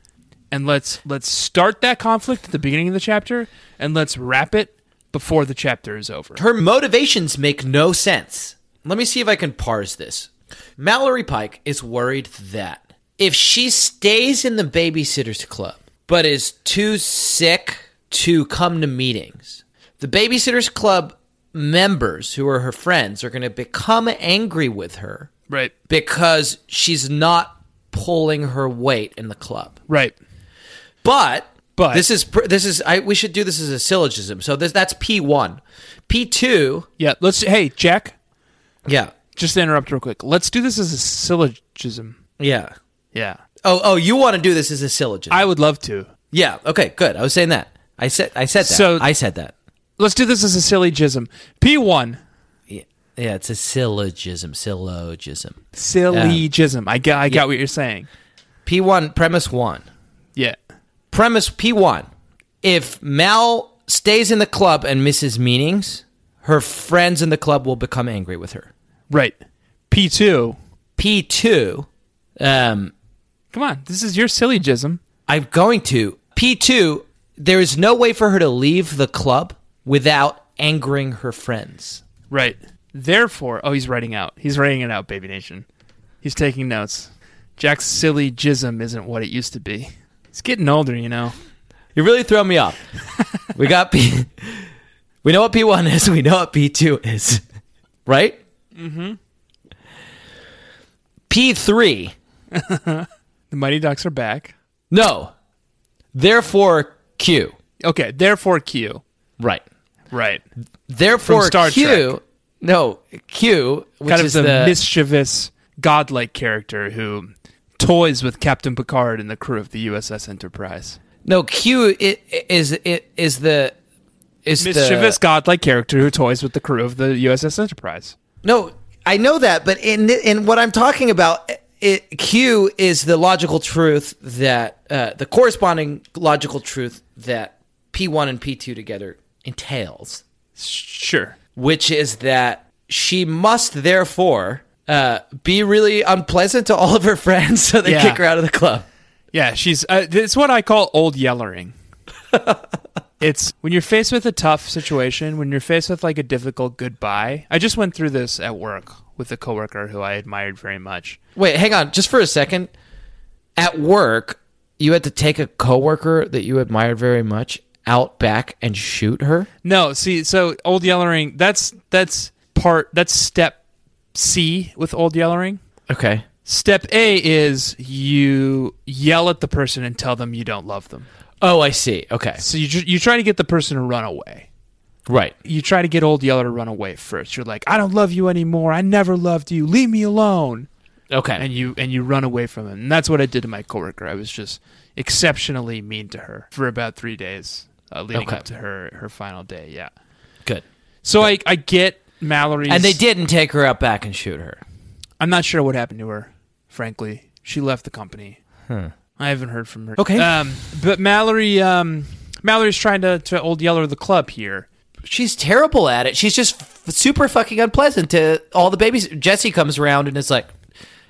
Speaker 3: and let's let's start that conflict at the beginning of the chapter and let's wrap it before the chapter is over
Speaker 4: Her motivations make no sense. Let me see if I can parse this. Mallory Pike is worried that if she stays in the babysitters club but is too sick to come to meetings, the babysitters club members who are her friends are going to become angry with her
Speaker 3: right
Speaker 4: because she's not pulling her weight in the club.
Speaker 3: right
Speaker 4: But
Speaker 3: But-
Speaker 4: this is pr- this is I we should do this as a syllogism. So this that's P1. P2,
Speaker 3: yeah let's hey jack
Speaker 4: yeah.
Speaker 3: just to interrupt real quick, let's do this as a syllogism.
Speaker 4: Yeah.
Speaker 3: Yeah.
Speaker 4: Oh, oh, you want to do this as a syllogism.
Speaker 3: I would love to.
Speaker 4: yeah, okay, good. I was saying that. I said I said that.
Speaker 3: So-
Speaker 4: I said that.
Speaker 3: Let's do this as a syllogism. P1,
Speaker 4: Yeah, yeah, it's a syllogism, syllogism.
Speaker 3: syllogism. I got, I got what you're saying.
Speaker 4: P1 premise 1.
Speaker 3: Yeah.
Speaker 4: premise P1. If Mal stays in the club and misses meetings, her friends in the club will become angry with her.
Speaker 3: Right. P2,
Speaker 4: P2, um,
Speaker 3: come on, this is your syllogism.
Speaker 4: I'm going to. P2, there is no way for her to leave the club without angering her friends.
Speaker 3: Right. Therefore, oh, he's writing out. He's writing it out, Baby Nation. He's taking notes. Jack's syllogism isn't what it used to be. He's getting older, you know.
Speaker 4: You're really throwing me off. we got P. We know what P1 is. We know what P2 is. Right? Mm hmm.
Speaker 3: Mm-hmm.
Speaker 4: P3.
Speaker 3: The Mighty Ducks are back.
Speaker 4: No. Therefore, Q.
Speaker 3: Okay, therefore Q.
Speaker 4: Right.
Speaker 3: Right.
Speaker 4: Therefore,
Speaker 3: From Star
Speaker 4: Q. No, Q, which
Speaker 3: kind of
Speaker 4: is
Speaker 3: the,
Speaker 4: the,
Speaker 3: mischievous, godlike character who toys with Captain Picard and the crew of the USS Enterprise.
Speaker 4: no Q i- i- is it is the is
Speaker 3: Mischievous,
Speaker 4: the
Speaker 3: godlike character who toys with the crew of the USS Enterprise.
Speaker 4: no. I know that, but in in what I'm talking about, it, Q is the logical truth that uh, the corresponding logical truth that P1 and P2 together entails.
Speaker 3: Sure.
Speaker 4: which is that she must therefore uh, be really unpleasant to all of her friends so they
Speaker 3: Yeah.
Speaker 4: kick her out of the club.
Speaker 3: Yeah, she's. Uh, it's what I call old yellering. it's when you're faced with a tough situation, when you're faced with like a difficult goodbye. I just went through this at work with a coworker who I admired very much.
Speaker 4: Wait, hang on, just for a second. At work, you had to take a coworker that you admired very much out back and shoot her.
Speaker 3: No, see, so old yellering. That's that's part. That's step C with old yellering.
Speaker 4: Okay.
Speaker 3: Step A is you yell at the person and tell them you don't love them.
Speaker 4: Oh, I see. Okay.
Speaker 3: So you tr- you try to get the person to run away.
Speaker 4: Right.
Speaker 3: You try to get old yeller to run away first. You're like, "I don't love you anymore. I never loved you. Leave me alone."
Speaker 4: Okay.
Speaker 3: And you and you run away from him. And that's what I did to my coworker. I was just exceptionally mean to her for about 3 days uh, leading
Speaker 4: Okay.
Speaker 3: up to her her final day. Yeah.
Speaker 4: Good.
Speaker 3: So I I get Mallory's
Speaker 4: And they didn't take her out back and shoot her.
Speaker 3: I'm not sure what happened to her, frankly. She left the company. I haven't heard from her.
Speaker 4: Okay.
Speaker 3: Um, but Mallory, um, Mallory's trying to, to old yeller the club here.
Speaker 4: She's terrible at it. She's just f- super fucking unpleasant to all the babies. Jesse comes around and is like,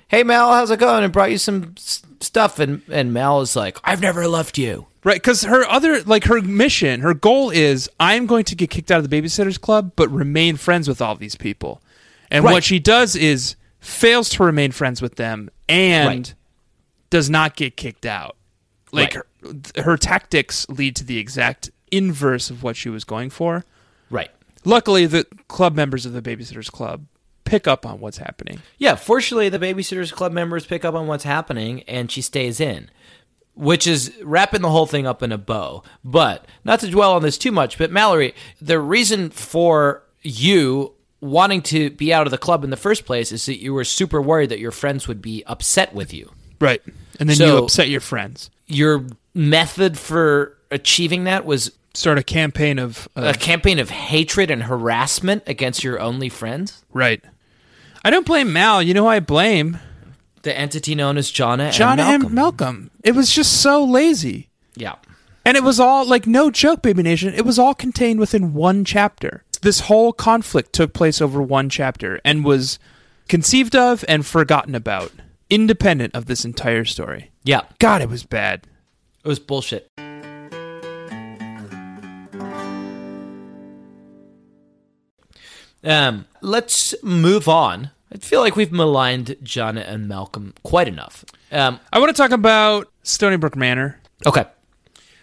Speaker 4: "Hey Mal, how's it going?" And brought you some s- stuff, and and Mal is like, "I've never loved you."
Speaker 3: Right, because her other like her mission, her goal is I'm going to get kicked out of the babysitters club, but remain friends with all these people. And
Speaker 4: Right.
Speaker 3: what she does is fails to remain friends with them and
Speaker 4: Right.
Speaker 3: does not get kicked out. Like
Speaker 4: Right.
Speaker 3: her, her tactics lead to the exact inverse of what she was going for.
Speaker 4: Right.
Speaker 3: Luckily, the club members of the babysitters club pick up on what's happening.
Speaker 4: Yeah, fortunately, the Babysitters Club members pick up on what's happening and she stays in, which is wrapping the whole thing up in a bow. But not to dwell on this too much, but Mallory, the reason for you wanting to be out of the club in the first place is that you were super worried that your friends would be upset with you.
Speaker 3: Right. And then you
Speaker 4: So-
Speaker 3: upset your friends.
Speaker 4: Your method for achieving that was
Speaker 3: Start a campaign of uh,
Speaker 4: a campaign of hatred and harassment against your only friends,
Speaker 3: right. I don't blame Mal. You know who I blame?
Speaker 4: the entity known as Jonna,
Speaker 3: John
Speaker 4: and
Speaker 3: and
Speaker 4: Malcolm.
Speaker 3: Uh, Malcolm. It was just so lazy.
Speaker 4: yeah.
Speaker 3: And it was all like no joke, Baby Nation. It was all contained within one chapter. This whole conflict took place over one chapter and was conceived of and forgotten about, independent of this entire story.
Speaker 4: Yeah,
Speaker 3: God, it was bad.
Speaker 4: it was bullshit. Um, let's move on. I feel like we've maligned Jonna and Malcolm quite enough. Um,
Speaker 3: I want to talk about Stony Brook Manor.
Speaker 4: okay.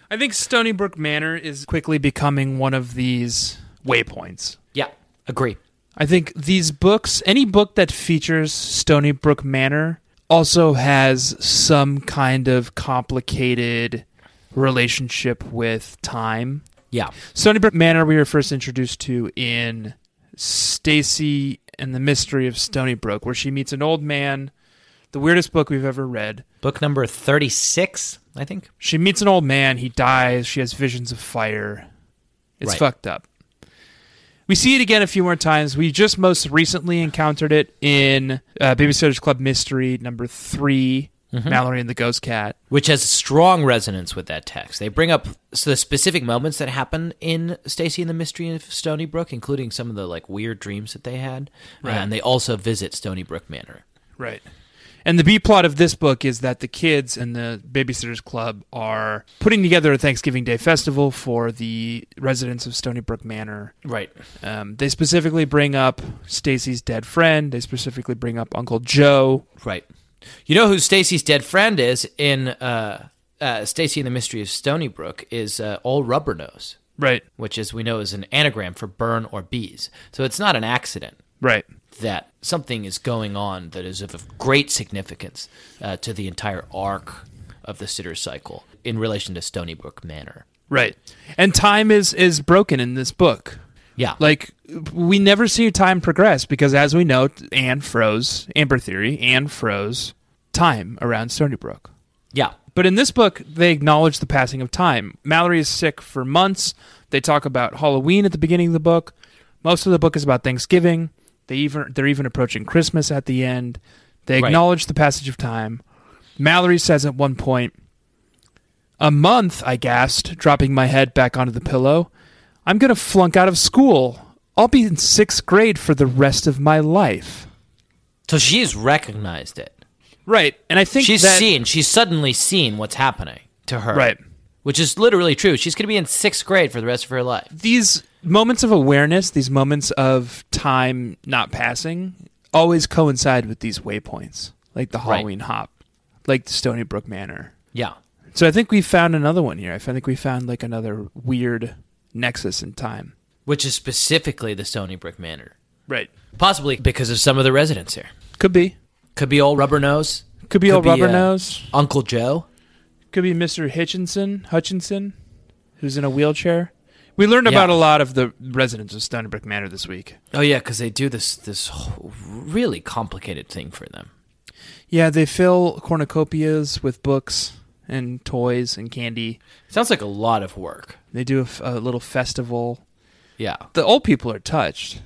Speaker 3: I think Stony Brook Manor is quickly becoming one of these waypoints.
Speaker 4: Yeah, agree.
Speaker 3: I think these books, any book that features Stony Brook Manor, also has some kind of complicated relationship with time.
Speaker 4: Yeah.
Speaker 3: Stony Brook Manor, we were first introduced to in Stacy and the Mystery of Stony Brook, where she meets an old man, the weirdest book we've ever read.
Speaker 4: Book number 36, I think.
Speaker 3: She meets an old man. He dies. She has visions of fire. It's
Speaker 4: Right.
Speaker 3: fucked up. We see it again a few more times. We just most recently encountered it in uh, Babysitter's Club Mystery number 3 Mallory and the Ghost Cat.
Speaker 4: Which has strong resonance with that text. They bring up s- the specific moments that happen in Stacy and the Mystery of Stony Brook, including some of the like weird dreams that they had.
Speaker 3: Right.
Speaker 4: and they also visit Stony Brook Manor.
Speaker 3: Right. And the B plot of this book is that the kids and the Babysitters Club are putting together a Thanksgiving Day festival for the residents of Stony Brook Manor.
Speaker 4: Right.
Speaker 3: Um, they specifically bring up Stacy's dead friend. They specifically bring up Uncle Joe.
Speaker 4: Right. You know who Stacy's dead friend is in uh, uh, Stacy and the Mystery of Stony Brook is uh, Old Rubber Nose,
Speaker 3: Right.
Speaker 4: which, as we know, is an anagram for burn or bees. So it's not an accident
Speaker 3: Right.
Speaker 4: that something is going on that is of great significance uh, to the entire arc of the Sitter cycle in relation to Stony Brook Manor.
Speaker 3: Right. And time is is broken in this book.
Speaker 4: Yeah.
Speaker 3: Like we never see time progress because as we know, Anne froze Amber Theory, Anne froze time around Stony Brook.
Speaker 4: yeah.
Speaker 3: But in this book, they acknowledge the passing of time. Mallory is sick for months. They talk about Halloween at the beginning of the book. Most of the book is about Thanksgiving. They even they're even approaching Christmas at the end. They
Speaker 4: Right.
Speaker 3: acknowledge the passage of time. Mallory says at one point, "A month," I gasped, dropping my head back onto the pillow. "I'm going to flunk out of school. I'll be in 6th grade for the rest of my life."
Speaker 4: So she's recognized it.
Speaker 3: Right. And I think
Speaker 4: She's
Speaker 3: that
Speaker 4: seen. She's suddenly seen what's happening to her.
Speaker 3: Right.
Speaker 4: Which is literally true. She's going to be in sixth grade for the rest of her life.
Speaker 3: these moments of awareness, these moments of time not passing, always coincide with these waypoints, like the
Speaker 4: Right.
Speaker 3: Halloween hop, like the Stony Brook Manor.
Speaker 4: Yeah.
Speaker 3: So I think we found another one here. I think we found like another weird nexus in time.
Speaker 4: Which is specifically the Stony Brook Manor.
Speaker 3: Right.
Speaker 4: Possibly because of some of the residents here.
Speaker 3: Could be.
Speaker 4: Could be old Rubber Nose.
Speaker 3: Could be old Rubber
Speaker 4: uh,
Speaker 3: Nose.
Speaker 4: Uncle Joe.
Speaker 3: Could be Mr. Hutchinson, Hutchinson, who's in a wheelchair. We learned
Speaker 4: Yeah.
Speaker 3: about a lot of the residents of Stony Brook Manor this week.
Speaker 4: Oh, yeah, because they do this, this wh- really complicated thing for them.
Speaker 3: Yeah, they fill cornucopias with books and toys and candy.
Speaker 4: Sounds like a lot of work.
Speaker 3: They do a, f- a little festival.
Speaker 4: Yeah.
Speaker 3: The old people are touched.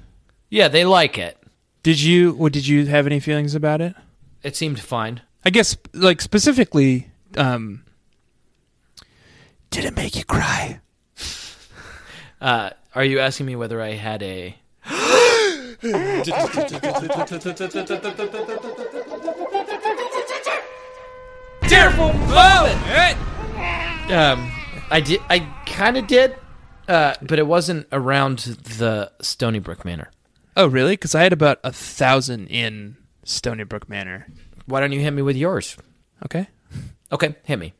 Speaker 4: Yeah, they like it.
Speaker 3: Did you? What did you have any feelings about it?
Speaker 4: It seemed fine.
Speaker 3: I guess like specifically. um Did it make you cry?
Speaker 4: Uh, are you asking me whether I had a.
Speaker 3: Did tearful moment.
Speaker 4: Um, I did. I kind of did, uh, but it wasn't around the Stony Brook Manor.
Speaker 3: Oh, really? Because I had about a thousand in Stony Brook Manor.
Speaker 4: Why don't you hit me with yours?
Speaker 3: Okay.
Speaker 4: Okay, hit me.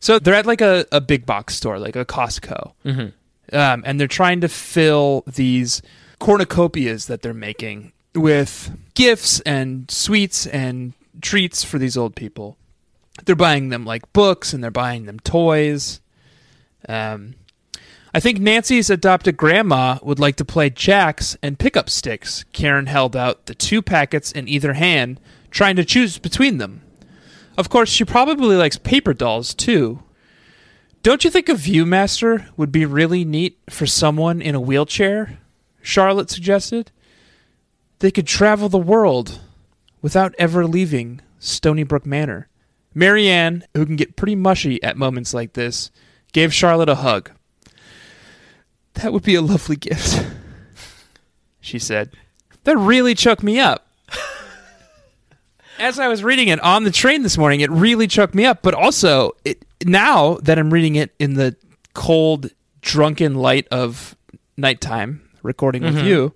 Speaker 3: So they're at like a, a big box store, like a Costco. Mm-hmm. Um, and they're trying to fill these cornucopias that they're making with gifts and sweets and treats for these old people. They're buying them like books and they're buying them toys. Um, I think Nancy's adopted grandma would like to play jacks and pickup sticks. Karen held out the two packets in either hand, trying to choose between them. Of course, she probably likes paper dolls too. Don't you think a Viewmaster would be really neat for someone in a wheelchair? Charlotte suggested. They could travel the world without ever leaving Stony Brook Manor. Marianne, who can get pretty mushy at moments like this, gave Charlotte a hug. That would be a lovely gift, she said. That really choked me up. As I was reading it on the train this morning, it really choked me up. But also, it now that I'm reading it in the cold, drunken light of nighttime, recording with you,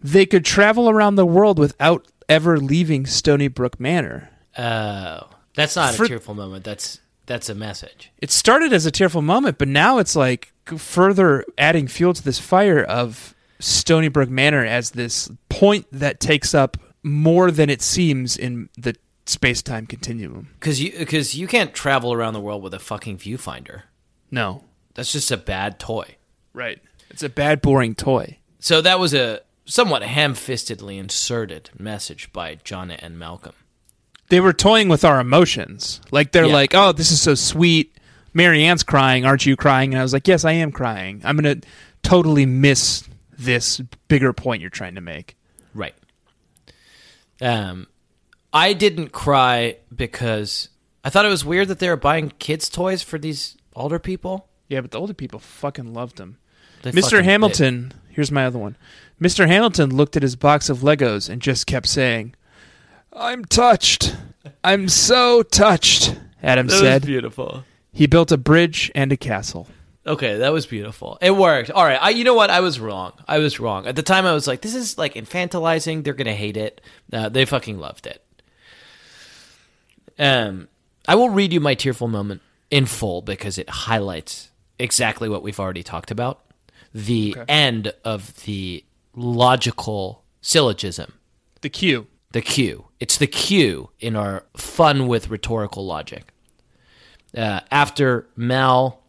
Speaker 3: they could travel around the world without ever leaving Stony Brook Manor.
Speaker 4: Oh, that's not
Speaker 3: For-
Speaker 4: a tearful moment. That's that's a message.
Speaker 3: it started as a tearful moment, but now it's like further adding fuel to this fire of Stony Brook Manor as this point that takes up more than it seems in the space time continuum.
Speaker 4: Because you because you can't travel around the world with a fucking viewfinder.
Speaker 3: No.
Speaker 4: That's just a bad toy.
Speaker 3: Right. It's a bad, boring toy.
Speaker 4: So that was a somewhat ham-fistedly inserted message by Jonna and Malcolm.
Speaker 3: They were toying with our emotions. Like, they're
Speaker 4: Yeah.
Speaker 3: like, oh, this is so sweet. Mary Ann's crying. Aren't you crying? And I was like, yes, I am crying. I'm going to totally miss this bigger point you're trying to make.
Speaker 4: Right. Um, I didn't cry because I thought it was weird that they were buying kids' toys for these older people.
Speaker 3: Yeah, but the older people fucking loved them.
Speaker 4: They fucking-
Speaker 3: Mr.
Speaker 4: they-
Speaker 3: Hamilton, here's my other one. Mr. Hamilton looked at his box of Legos and just kept saying, "I'm touched. I'm so touched." Adam
Speaker 4: That was
Speaker 3: said.
Speaker 4: beautiful.
Speaker 3: He built a bridge and a castle.
Speaker 4: Okay, that was beautiful. It worked. All right. I, you know what? I was wrong. I was wrong. At the time, I was like, this is like infantilizing. They're going to hate it. Uh, they fucking loved it. Um, I will read you my tearful moment in full because it highlights exactly what we've already talked about the end of the logical syllogism,
Speaker 3: The Q.
Speaker 4: the Q. It's the Q in our fun with rhetorical logic uh, after Mal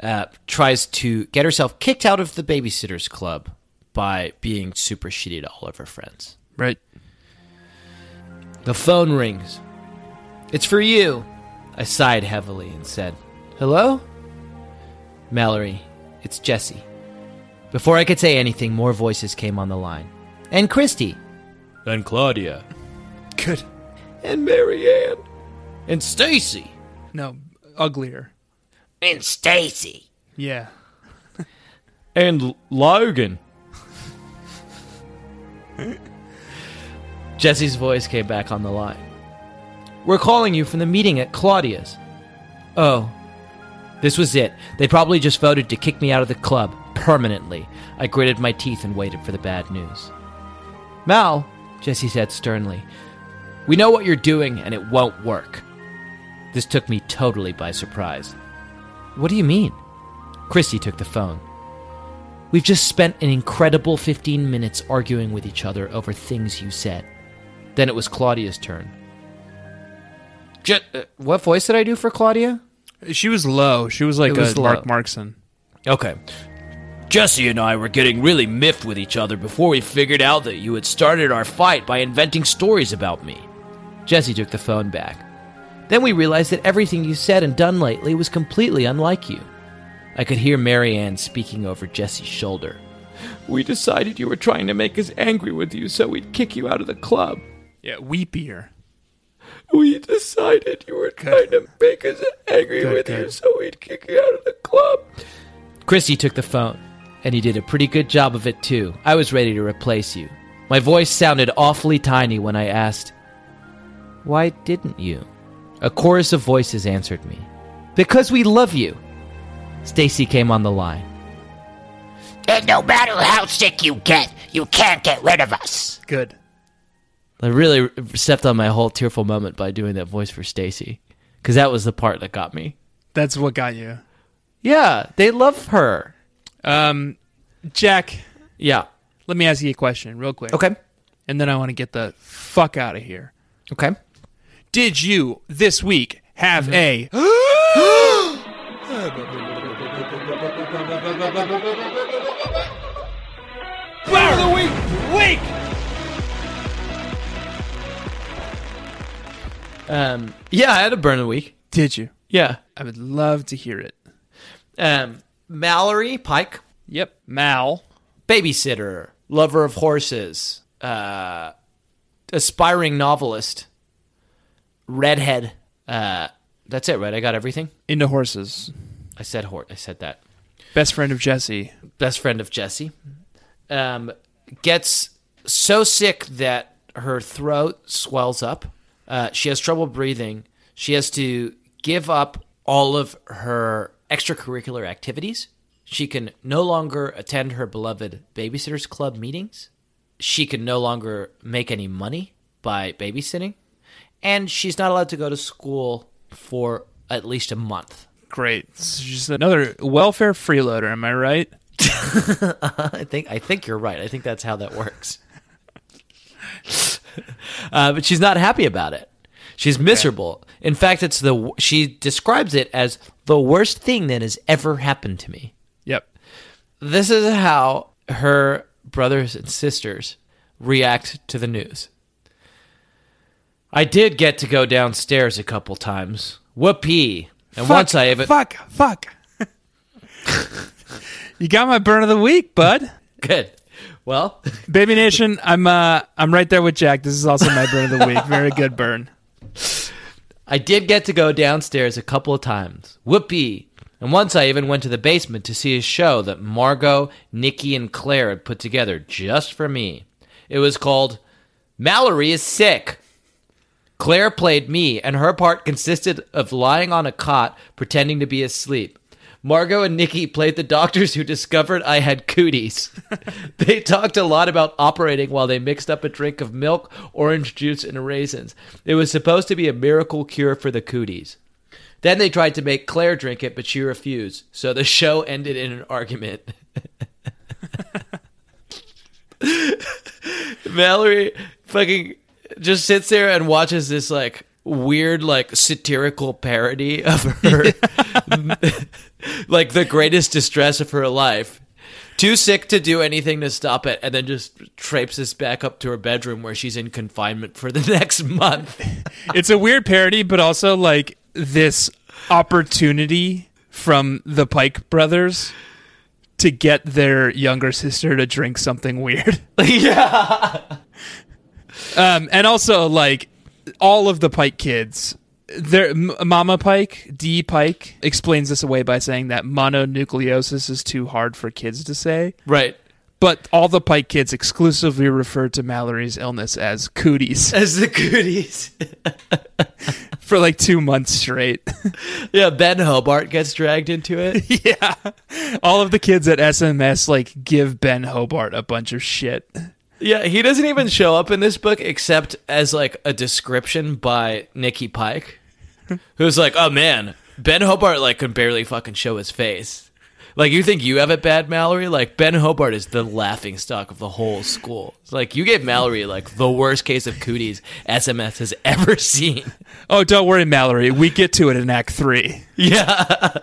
Speaker 4: uh, tries to get herself kicked out of the babysitters club by being super shitty to all of her friends.
Speaker 3: Right.
Speaker 4: The phone rings. It's for you. I sighed heavily and said, Hello? Mallory, it's Jesse. Before I could say anything, more voices came on the line. And Christy. And Claudia.
Speaker 3: Good.
Speaker 4: And Marianne. And Stacy.
Speaker 3: No, uglier.
Speaker 4: And Stacy.
Speaker 3: Yeah.
Speaker 4: and Logan. Jesse's voice came back on the line. We're calling you from the meeting at Claudia's. Oh. This was it. They probably just voted to kick me out of the club permanently. I gritted my teeth and waited for the bad news. Mal, Jesse said sternly, we know what you're doing and it won't work. This took me totally by surprise. What do you mean? Christy took the phone. We've just spent an incredible 15 minutes arguing with each other over things you said. Then it was Claudia's turn. J- uh, what voice did I do for Claudia?
Speaker 3: She was low. She was like
Speaker 4: It was
Speaker 3: a
Speaker 4: low.
Speaker 3: Mark Markson.
Speaker 4: Okay. Jesse and I were getting really miffed with each other before we figured out that you had started our fight by inventing stories about me. Jesse took the phone back. Then we realized that everything you said and done lately was completely unlike you. I could hear Marianne speaking over Jesse's shoulder. We decided you were trying to make us angry with you, so we'd kick you out of the club.
Speaker 3: Yeah, weepier.
Speaker 4: We decided you were trying to make us angry
Speaker 3: Good, with you, good.
Speaker 4: so we'd kick you out of the club. Christy took the phone, and he did a pretty good job of it, too. I was ready to replace you. My voice sounded awfully tiny when I asked, Why didn't you? A chorus of voices answered me. Because we love you. Stacy came on the line.
Speaker 5: And no matter how sick you get, you can't get rid of us.
Speaker 3: Good.
Speaker 4: I really stepped on my whole tearful moment by doing that voice for Stacy cuz that was the part that got me.
Speaker 3: That's what got you.
Speaker 4: Yeah, they love her.
Speaker 3: Um, Jack,
Speaker 4: Yeah.
Speaker 3: let me ask you a question real quick.
Speaker 4: Okay.
Speaker 3: And then I want to get the fuck out of here.
Speaker 4: Okay.
Speaker 3: Did you this week have a Bar of the Week? Week!
Speaker 4: Um yeah, I had a burn a week.
Speaker 3: Did you?
Speaker 4: Yeah.
Speaker 3: I would love to hear it.
Speaker 4: Um Mallory Pike
Speaker 3: Yep. Mal.
Speaker 4: babysitter, lover of horses, uh, aspiring novelist, redhead. Uh, that's it, right? I got everything.
Speaker 3: Into horses.
Speaker 4: I said Hort. I said that.
Speaker 3: Best friend of Jesse.
Speaker 4: Best friend of Jesse um, gets so sick that her throat swells up. Uh, she has trouble breathing. She has to give up all of her extracurricular activities. She can no longer attend her beloved Babysitters Club meetings. She can no longer make any money by babysitting. And she's not allowed to go to school for at least a month.
Speaker 3: Great. It's just another welfare freeloader, am I right?
Speaker 4: I think I think you're right. I think that's how that works. uh, but she's not happy about it. She's miserable. In fact, it's the w- she describes it as the worst thing that has ever happened to me.
Speaker 3: Yep.
Speaker 4: This is how her brothers and sisters react to the news. I did get to go downstairs a couple times. Whoopee! And once I even
Speaker 3: Fuck, fuck. you got my burn of the week, bud.
Speaker 4: good. Well,
Speaker 3: Baby Nation, I'm uh I'm right there with Jack. This is also my burn of the week. Very good burn.
Speaker 4: I did get to go downstairs a couple of times. Whoopee! And once I even went to the basement to see a show that Margot, Nikki, and Claire had put together just for me. It was called Mallory is Sick. Claire played me, and her part consisted of lying on a cot pretending to be asleep. Margot and Nikki played the doctors who discovered I had cooties. they talked a lot about operating while they mixed up a drink of milk, orange juice, and raisins. It was supposed to be a miracle cure for the cooties. Then they tried to make Claire drink it, but she refused. So the show ended in an argument. Mallory fucking just sits there and watches this like weird like satirical parody of her like the greatest distress of her life. Too sick to do anything to stop it, and then just traipses back up to her bedroom where she's in confinement for the next month.
Speaker 3: It's a weird parody, but also like this opportunity from the Pike brothers to get their younger sister to drink something weird.
Speaker 4: yeah.
Speaker 3: Um, and also like all of the Pike kids. Their M- Mama Pike, D Pike, explains this away by saying that mononucleosis is too hard for kids to say.
Speaker 4: Right.
Speaker 3: But all the Pike kids exclusively refer to Mallory's illness as cooties
Speaker 4: As the goodies.
Speaker 3: for like two months straight.
Speaker 4: yeah, Ben Hobart gets dragged into it.
Speaker 3: yeah. All of the kids at SMS like give Ben Hobart a bunch of shit.
Speaker 4: yeah, he doesn't even show up in this book except as like a description by Nikki Pike, who's like, oh man, Ben Hobart like can barely fucking show his face. Like you think you have it bad, Mallory? Like Ben Hobart is the laughing stock of the whole school. It's like you gave Mallory like the worst case of cooties SMS has ever seen.
Speaker 3: Oh, don't worry, Mallory. We get to it in Act 3.
Speaker 4: Yeah.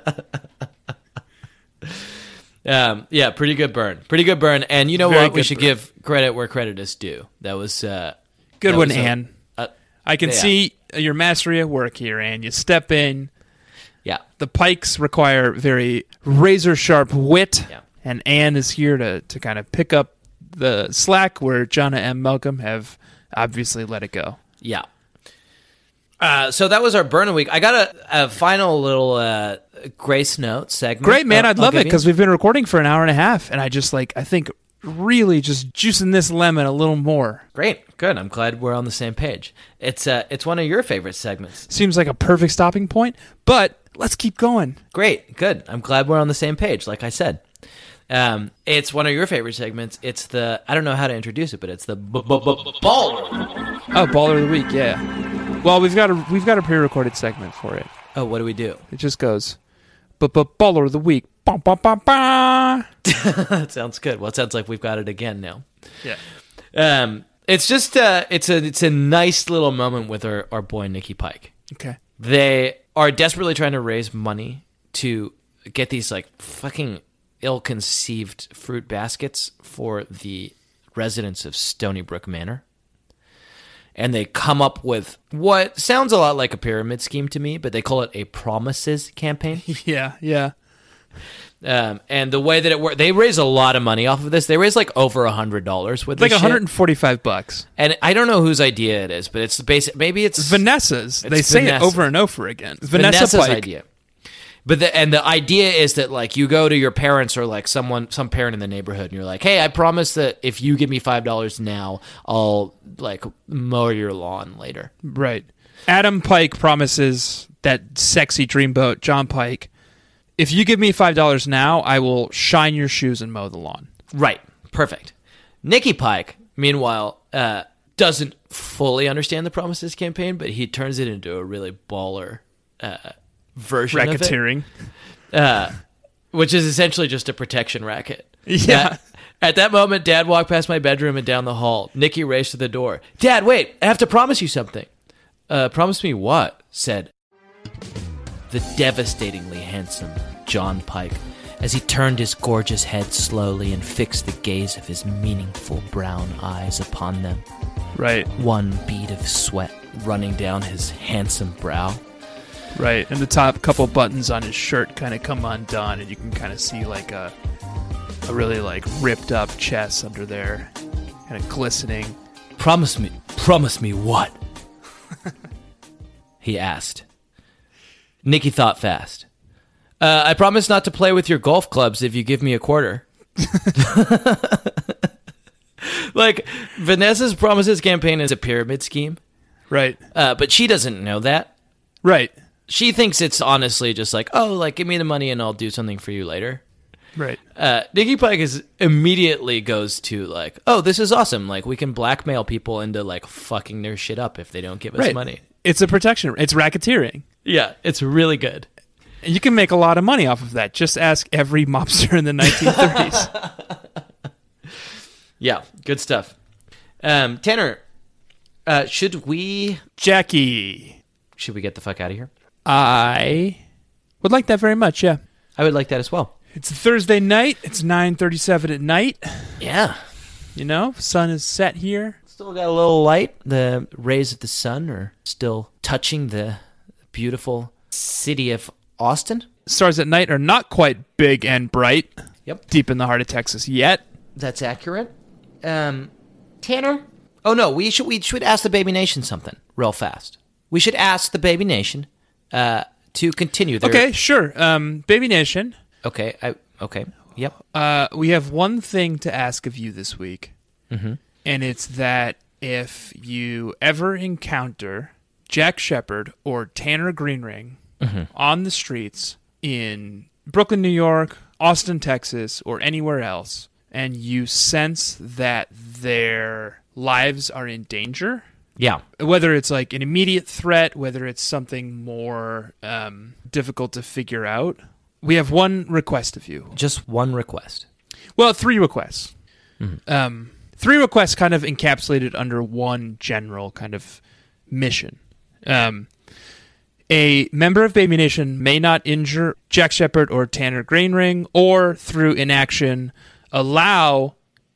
Speaker 4: um, yeah, pretty good burn. Pretty good burn. And you know
Speaker 3: Very
Speaker 4: what? We
Speaker 3: good
Speaker 4: should
Speaker 3: burn.
Speaker 4: give credit where credit is due. That was uh,
Speaker 3: Good
Speaker 4: that
Speaker 3: one,
Speaker 4: was a-
Speaker 3: Anne.
Speaker 4: uh,
Speaker 3: I can
Speaker 4: yeah.
Speaker 3: see your mastery at work here, Anne. You step in.
Speaker 4: yeah.
Speaker 3: The Pikes require very razor sharp wit,
Speaker 4: Yeah.
Speaker 3: and Anne is here to, to kind of pick up the slack where Jonna and Malcolm have obviously let it go.
Speaker 4: Yeah. Uh, so that was our burn of week. I got a, a final little uh, grace note segment.
Speaker 3: Great, man.
Speaker 4: I'll-
Speaker 3: I'd
Speaker 4: I'll
Speaker 3: love
Speaker 4: give
Speaker 3: it
Speaker 4: you.
Speaker 3: because we've been recording for an hour and a half, and I just like I think really just juicing this lemon a little more.
Speaker 4: Great, good. I'm glad we're on the same page. It's uh, it's one of your favorite segments.
Speaker 3: Seems like a perfect stopping point, but let's keep going.
Speaker 4: Great, good. I'm glad we're on the same page. Like I said, um, it's one of your favorite segments. It's the I don't know how to introduce it, but it's the b- b- b- baller.
Speaker 3: Oh, baller of the week, yeah. Well, we've got a we've got a pre-recorded segment for it.
Speaker 4: Oh, what do we do?
Speaker 3: It just goes, but but baller of the week. Ba, ba, ba, ba.
Speaker 4: That sounds good. Well, it sounds like we've got it again now.
Speaker 3: Yeah.
Speaker 4: Um, it's just uh, it's a it's a nice little moment with our, our boy Nikki Pike.
Speaker 3: Okay.
Speaker 4: They are desperately trying to raise money to get these like fucking ill-conceived fruit baskets for the residents of Stony Brook Manor. And they come up with what sounds a lot like a pyramid scheme to me, but they call it a promises campaign.
Speaker 3: Yeah, yeah.
Speaker 4: Um, and the way that it worked, they raise a lot of money off of this. They raise like over a hundred dollars with
Speaker 3: Like
Speaker 4: this shit.
Speaker 3: 145 bucks.
Speaker 4: And I don't know whose idea it is, but it's the basic. Maybe it's
Speaker 3: Vanessa's. They
Speaker 4: It's
Speaker 3: say
Speaker 4: Vanessa.
Speaker 3: it over and over again. Vanessa
Speaker 4: Vanessa's
Speaker 3: Pike.
Speaker 4: idea. But the, and the idea is that like you go to your parents or like someone some parent in the neighborhood and you're like, hey, I promise that if you give me five dollars now, I'll like mow your lawn later.
Speaker 3: Right. Adam Pike promises that sexy dreamboat, John Pike, if you give me $5 now, I will shine your shoes and mow the lawn.
Speaker 4: Right. Perfect. Nikki Pike, meanwhile, uh, doesn't fully understand the promises campaign, but he turns it into a really baller uh, version of it.
Speaker 3: Racketeering.
Speaker 4: which is essentially just a protection racket.
Speaker 3: Yeah.
Speaker 4: At, at that moment, Dad walked past my bedroom and down the hall. Nikki raced to the door. Dad, wait! I have to promise you something. Uh, promise me what? Said the devastatingly handsome John Pike as he turned his gorgeous head slowly and fixed the gaze of his meaningful brown eyes upon them
Speaker 3: Right,
Speaker 4: one bead of sweat running down his handsome brow
Speaker 3: right. And the top couple buttons on his shirt kind of come undone, and you can kind of see like a, a really like ripped up chest under there, kind of glistening.
Speaker 4: Promise me, promise me what? he asked. Nikki thought fast. Uh, I promise not to play with your golf clubs if you give me a quarter. like, Vanessa's promises campaign is a pyramid scheme,
Speaker 3: Right,
Speaker 4: uh, but she doesn't know that.
Speaker 3: right,
Speaker 4: She thinks it's honestly just like, oh, like, give me the money and I'll do something for you later
Speaker 3: right.
Speaker 4: uh, Nikki Pike is immediately goes to like, oh, this is awesome. Like we can blackmail people into like fucking their shit up if they don't give us
Speaker 3: right.
Speaker 4: money.
Speaker 3: It's a protection. It's racketeering.
Speaker 4: Yeah, it's really good.
Speaker 3: And you can make a lot of money off of that. Just ask every mobster in the 1930s.
Speaker 4: Yeah, good stuff. Um, Tanner, uh, should we
Speaker 3: Jackie,
Speaker 4: should we get the fuck out of here?
Speaker 3: I would like that very much. Yeah.
Speaker 4: I would like that as well.
Speaker 3: It's a Thursday night. It's 9:37 at night.
Speaker 4: Yeah,
Speaker 3: You know, sun is set here.
Speaker 4: still got a little light. The rays of the sun are still touching the beautiful city of Austin.
Speaker 3: Stars at night are not quite big and bright
Speaker 4: Yep,
Speaker 3: deep in the heart of Texas yet.
Speaker 4: that's accurate. Um, Tanner. Oh no, we should we should ask the Baby Nation something real fast. We should ask the Baby Nation uh, to continue. Their,
Speaker 3: Okay, sure. Um, Baby Nation,
Speaker 4: Okay. I, okay. Yep.
Speaker 3: uh, we have one thing to ask of you this week, and it's that if you ever encounter Jack Shepard or Tanner Greenring on the streets in Brooklyn, New York, Austin, Texas, or anywhere else, and you sense that their lives are in danger,
Speaker 4: Yeah.
Speaker 3: whether it's like an immediate threat, whether it's something more um, difficult to figure out, we have one request of you.
Speaker 4: Just one request.
Speaker 3: Well, three requests. Um, three requests kind of encapsulated under one general kind of mission. Um, a member of Baby Nation may not injure Jack Shepard or Tanner Greenring, or through inaction, allow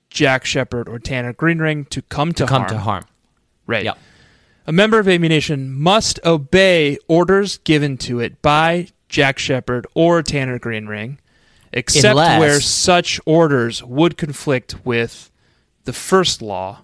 Speaker 3: Jack Shepard or Tanner Greenring to come to,
Speaker 4: Come
Speaker 3: harm.
Speaker 4: to harm.
Speaker 3: Right.
Speaker 4: Yep.
Speaker 3: A member of Amy Nation must obey orders given to it by Jack Shepard or Tanner Greenring, except
Speaker 4: Unless-
Speaker 3: where such orders would conflict with the first law.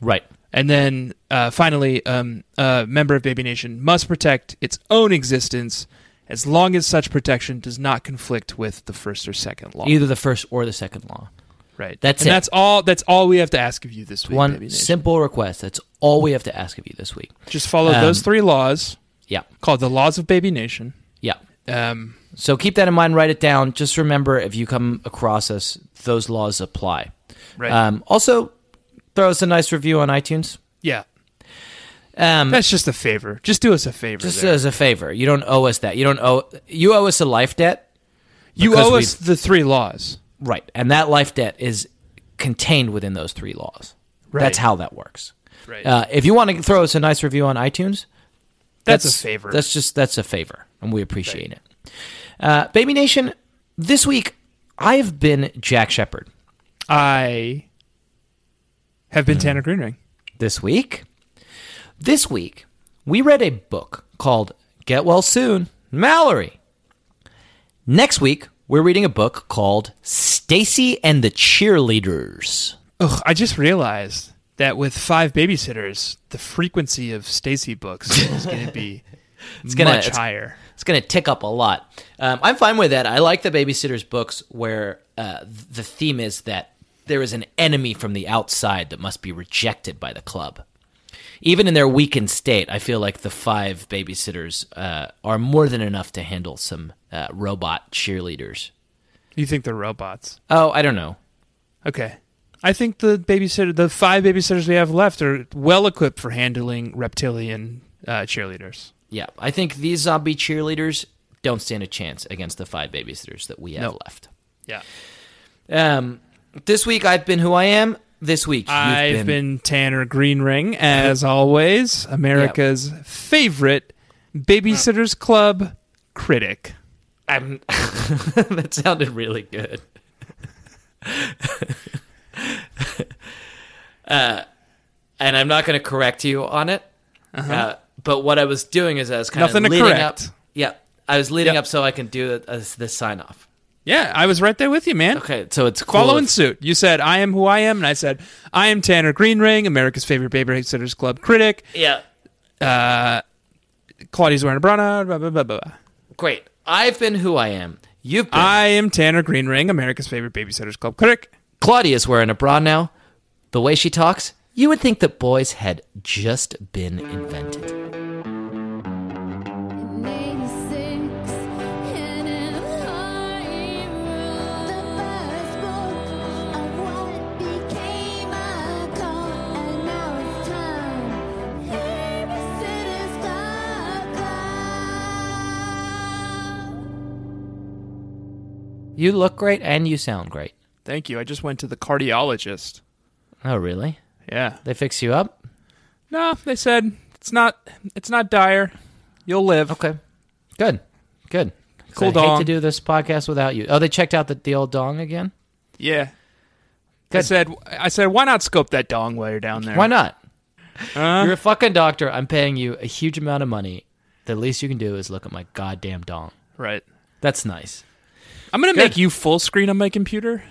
Speaker 4: Right.
Speaker 3: And then uh, finally, um, a member of Baby Nation must protect its own existence as long as such protection does not conflict with the first or second law.
Speaker 4: Either the first or the second law.
Speaker 3: Right.
Speaker 4: That's
Speaker 3: and
Speaker 4: it.
Speaker 3: That's all. That's all we have to ask of you this week.
Speaker 4: One
Speaker 3: Baby Nation.
Speaker 4: simple request. That's all we have to ask of you this week.
Speaker 3: Just follow
Speaker 4: um,
Speaker 3: those three laws
Speaker 4: Yeah.
Speaker 3: called the laws of Baby Nation.
Speaker 4: Yeah.
Speaker 3: Um,
Speaker 4: So keep that in mind. Write it down. Just remember, if you come across us, those laws apply.
Speaker 3: right.
Speaker 4: Um, also, throw us a nice review on iTunes.
Speaker 3: yeah.
Speaker 4: Um,
Speaker 3: That's just a favor. Just do us a favor.
Speaker 4: just
Speaker 3: there.
Speaker 4: as a favor, you don't owe us that. You don't owe. You owe us a life debt,
Speaker 3: you
Speaker 4: because
Speaker 3: owe
Speaker 4: we-
Speaker 3: us the three laws.
Speaker 4: right? And that life debt is contained within those three laws.
Speaker 3: Right.
Speaker 4: That's how that works.
Speaker 3: Right.
Speaker 4: Uh, if you want to throw us a nice review on iTunes,
Speaker 3: that's, a favor.
Speaker 4: That's just that's a favor, and we appreciate it. Uh, Baby Nation, this week I've been Jack Shepard.
Speaker 3: I have been Tanner Greenring.
Speaker 4: This week, this week we read a book called Get Well Soon, Mallory. Next week we're reading a book called Stacy and the Cheerleaders.
Speaker 3: Ugh, I just realized that with five babysitters, the frequency of Stacy books is going to be
Speaker 4: gonna-
Speaker 3: much
Speaker 4: it's-
Speaker 3: higher.
Speaker 4: It's going to tick up a lot. Um, I'm fine with that. I like the babysitter's books where uh, the theme is that there is an enemy from the outside that must be rejected by the club. Even in their weakened state, I feel like the five babysitters uh, are more than enough to handle some uh, robot cheerleaders.
Speaker 3: You think they're robots?
Speaker 4: Oh, I don't know.
Speaker 3: Okay. I think the babysitter, the five babysitters we have left, are well equipped for handling reptilian uh, cheerleaders.
Speaker 4: Yeah, I think these zombie cheerleaders don't stand a chance against the five babysitters that we have
Speaker 3: No.
Speaker 4: left.
Speaker 3: Yeah,
Speaker 4: Um, this week I've been who I am. This week you've
Speaker 3: I've been, Tanner Greenring, as always, America's favorite babysitters club critic.
Speaker 4: I'm, that sounded really good. uh, and I'm not going to correct you on it. Uh, but what I was doing is I was kind
Speaker 3: Uh-huh. Nothing to
Speaker 4: of leading up.
Speaker 3: correct.
Speaker 4: Yeah, I was leading
Speaker 3: Yep.
Speaker 4: up so I can do a, the sign off.
Speaker 3: Yeah, I was right there with you, man.
Speaker 4: Okay, so it's cool.
Speaker 3: Following
Speaker 4: if-
Speaker 3: suit. You said, I am who I am. And I said, I am Tanner Greenring, America's favorite babysitters club critic.
Speaker 4: yeah,
Speaker 3: Claudia Zuerna blah, blah, blah, blah. blah.
Speaker 4: great. I've been who I am. You've been.
Speaker 3: I am Tanner Greenring, America's favorite babysitters club critic.
Speaker 4: Claudia's wearing a bra now. The way she talks, you would think that boys had just been invented.
Speaker 6: In 86, and in high road, the first book of what became a cult, and now it's time. Babysitter's Club, Club.
Speaker 4: You look great and you sound great.
Speaker 3: Thank you. I just went to the cardiologist.
Speaker 4: Oh, really?
Speaker 3: Yeah.
Speaker 4: They fix you up?
Speaker 3: No, they said it's not. It's not dire. You'll live.
Speaker 4: Okay. Good. Good. 'Cause
Speaker 3: Cool
Speaker 4: I'd hate
Speaker 3: dong.
Speaker 4: to do this podcast without you. Oh, they checked out the, the old dong again?
Speaker 3: Yeah. I
Speaker 4: Good.
Speaker 3: said. I said, why not scope that dong while you're down there?
Speaker 4: Why not?
Speaker 3: Huh?
Speaker 4: You're a fucking doctor. I'm paying you a huge amount of money. The least you can do is look at my goddamn dong.
Speaker 3: Right.
Speaker 4: That's nice.
Speaker 3: I'm gonna
Speaker 4: Good.
Speaker 3: make you full screen on my computer,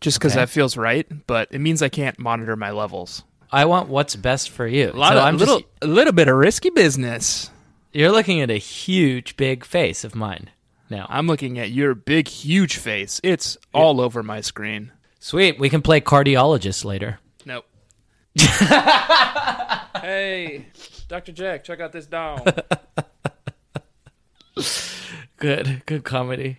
Speaker 3: just because
Speaker 4: Okay.
Speaker 3: that feels right. But it means I can't monitor my levels.
Speaker 4: I want what's best for you.
Speaker 3: A lot
Speaker 4: So
Speaker 3: of
Speaker 4: I'm
Speaker 3: little,
Speaker 4: Just,
Speaker 3: a little bit of risky business.
Speaker 4: you're looking at a huge, big face of mine now.
Speaker 3: I'm looking at your big, huge face. It's all over my screen.
Speaker 4: Sweet. We can play cardiologist later.
Speaker 3: Nope. hey, Dr. Jack, check out this dong.
Speaker 4: Good. Good comedy.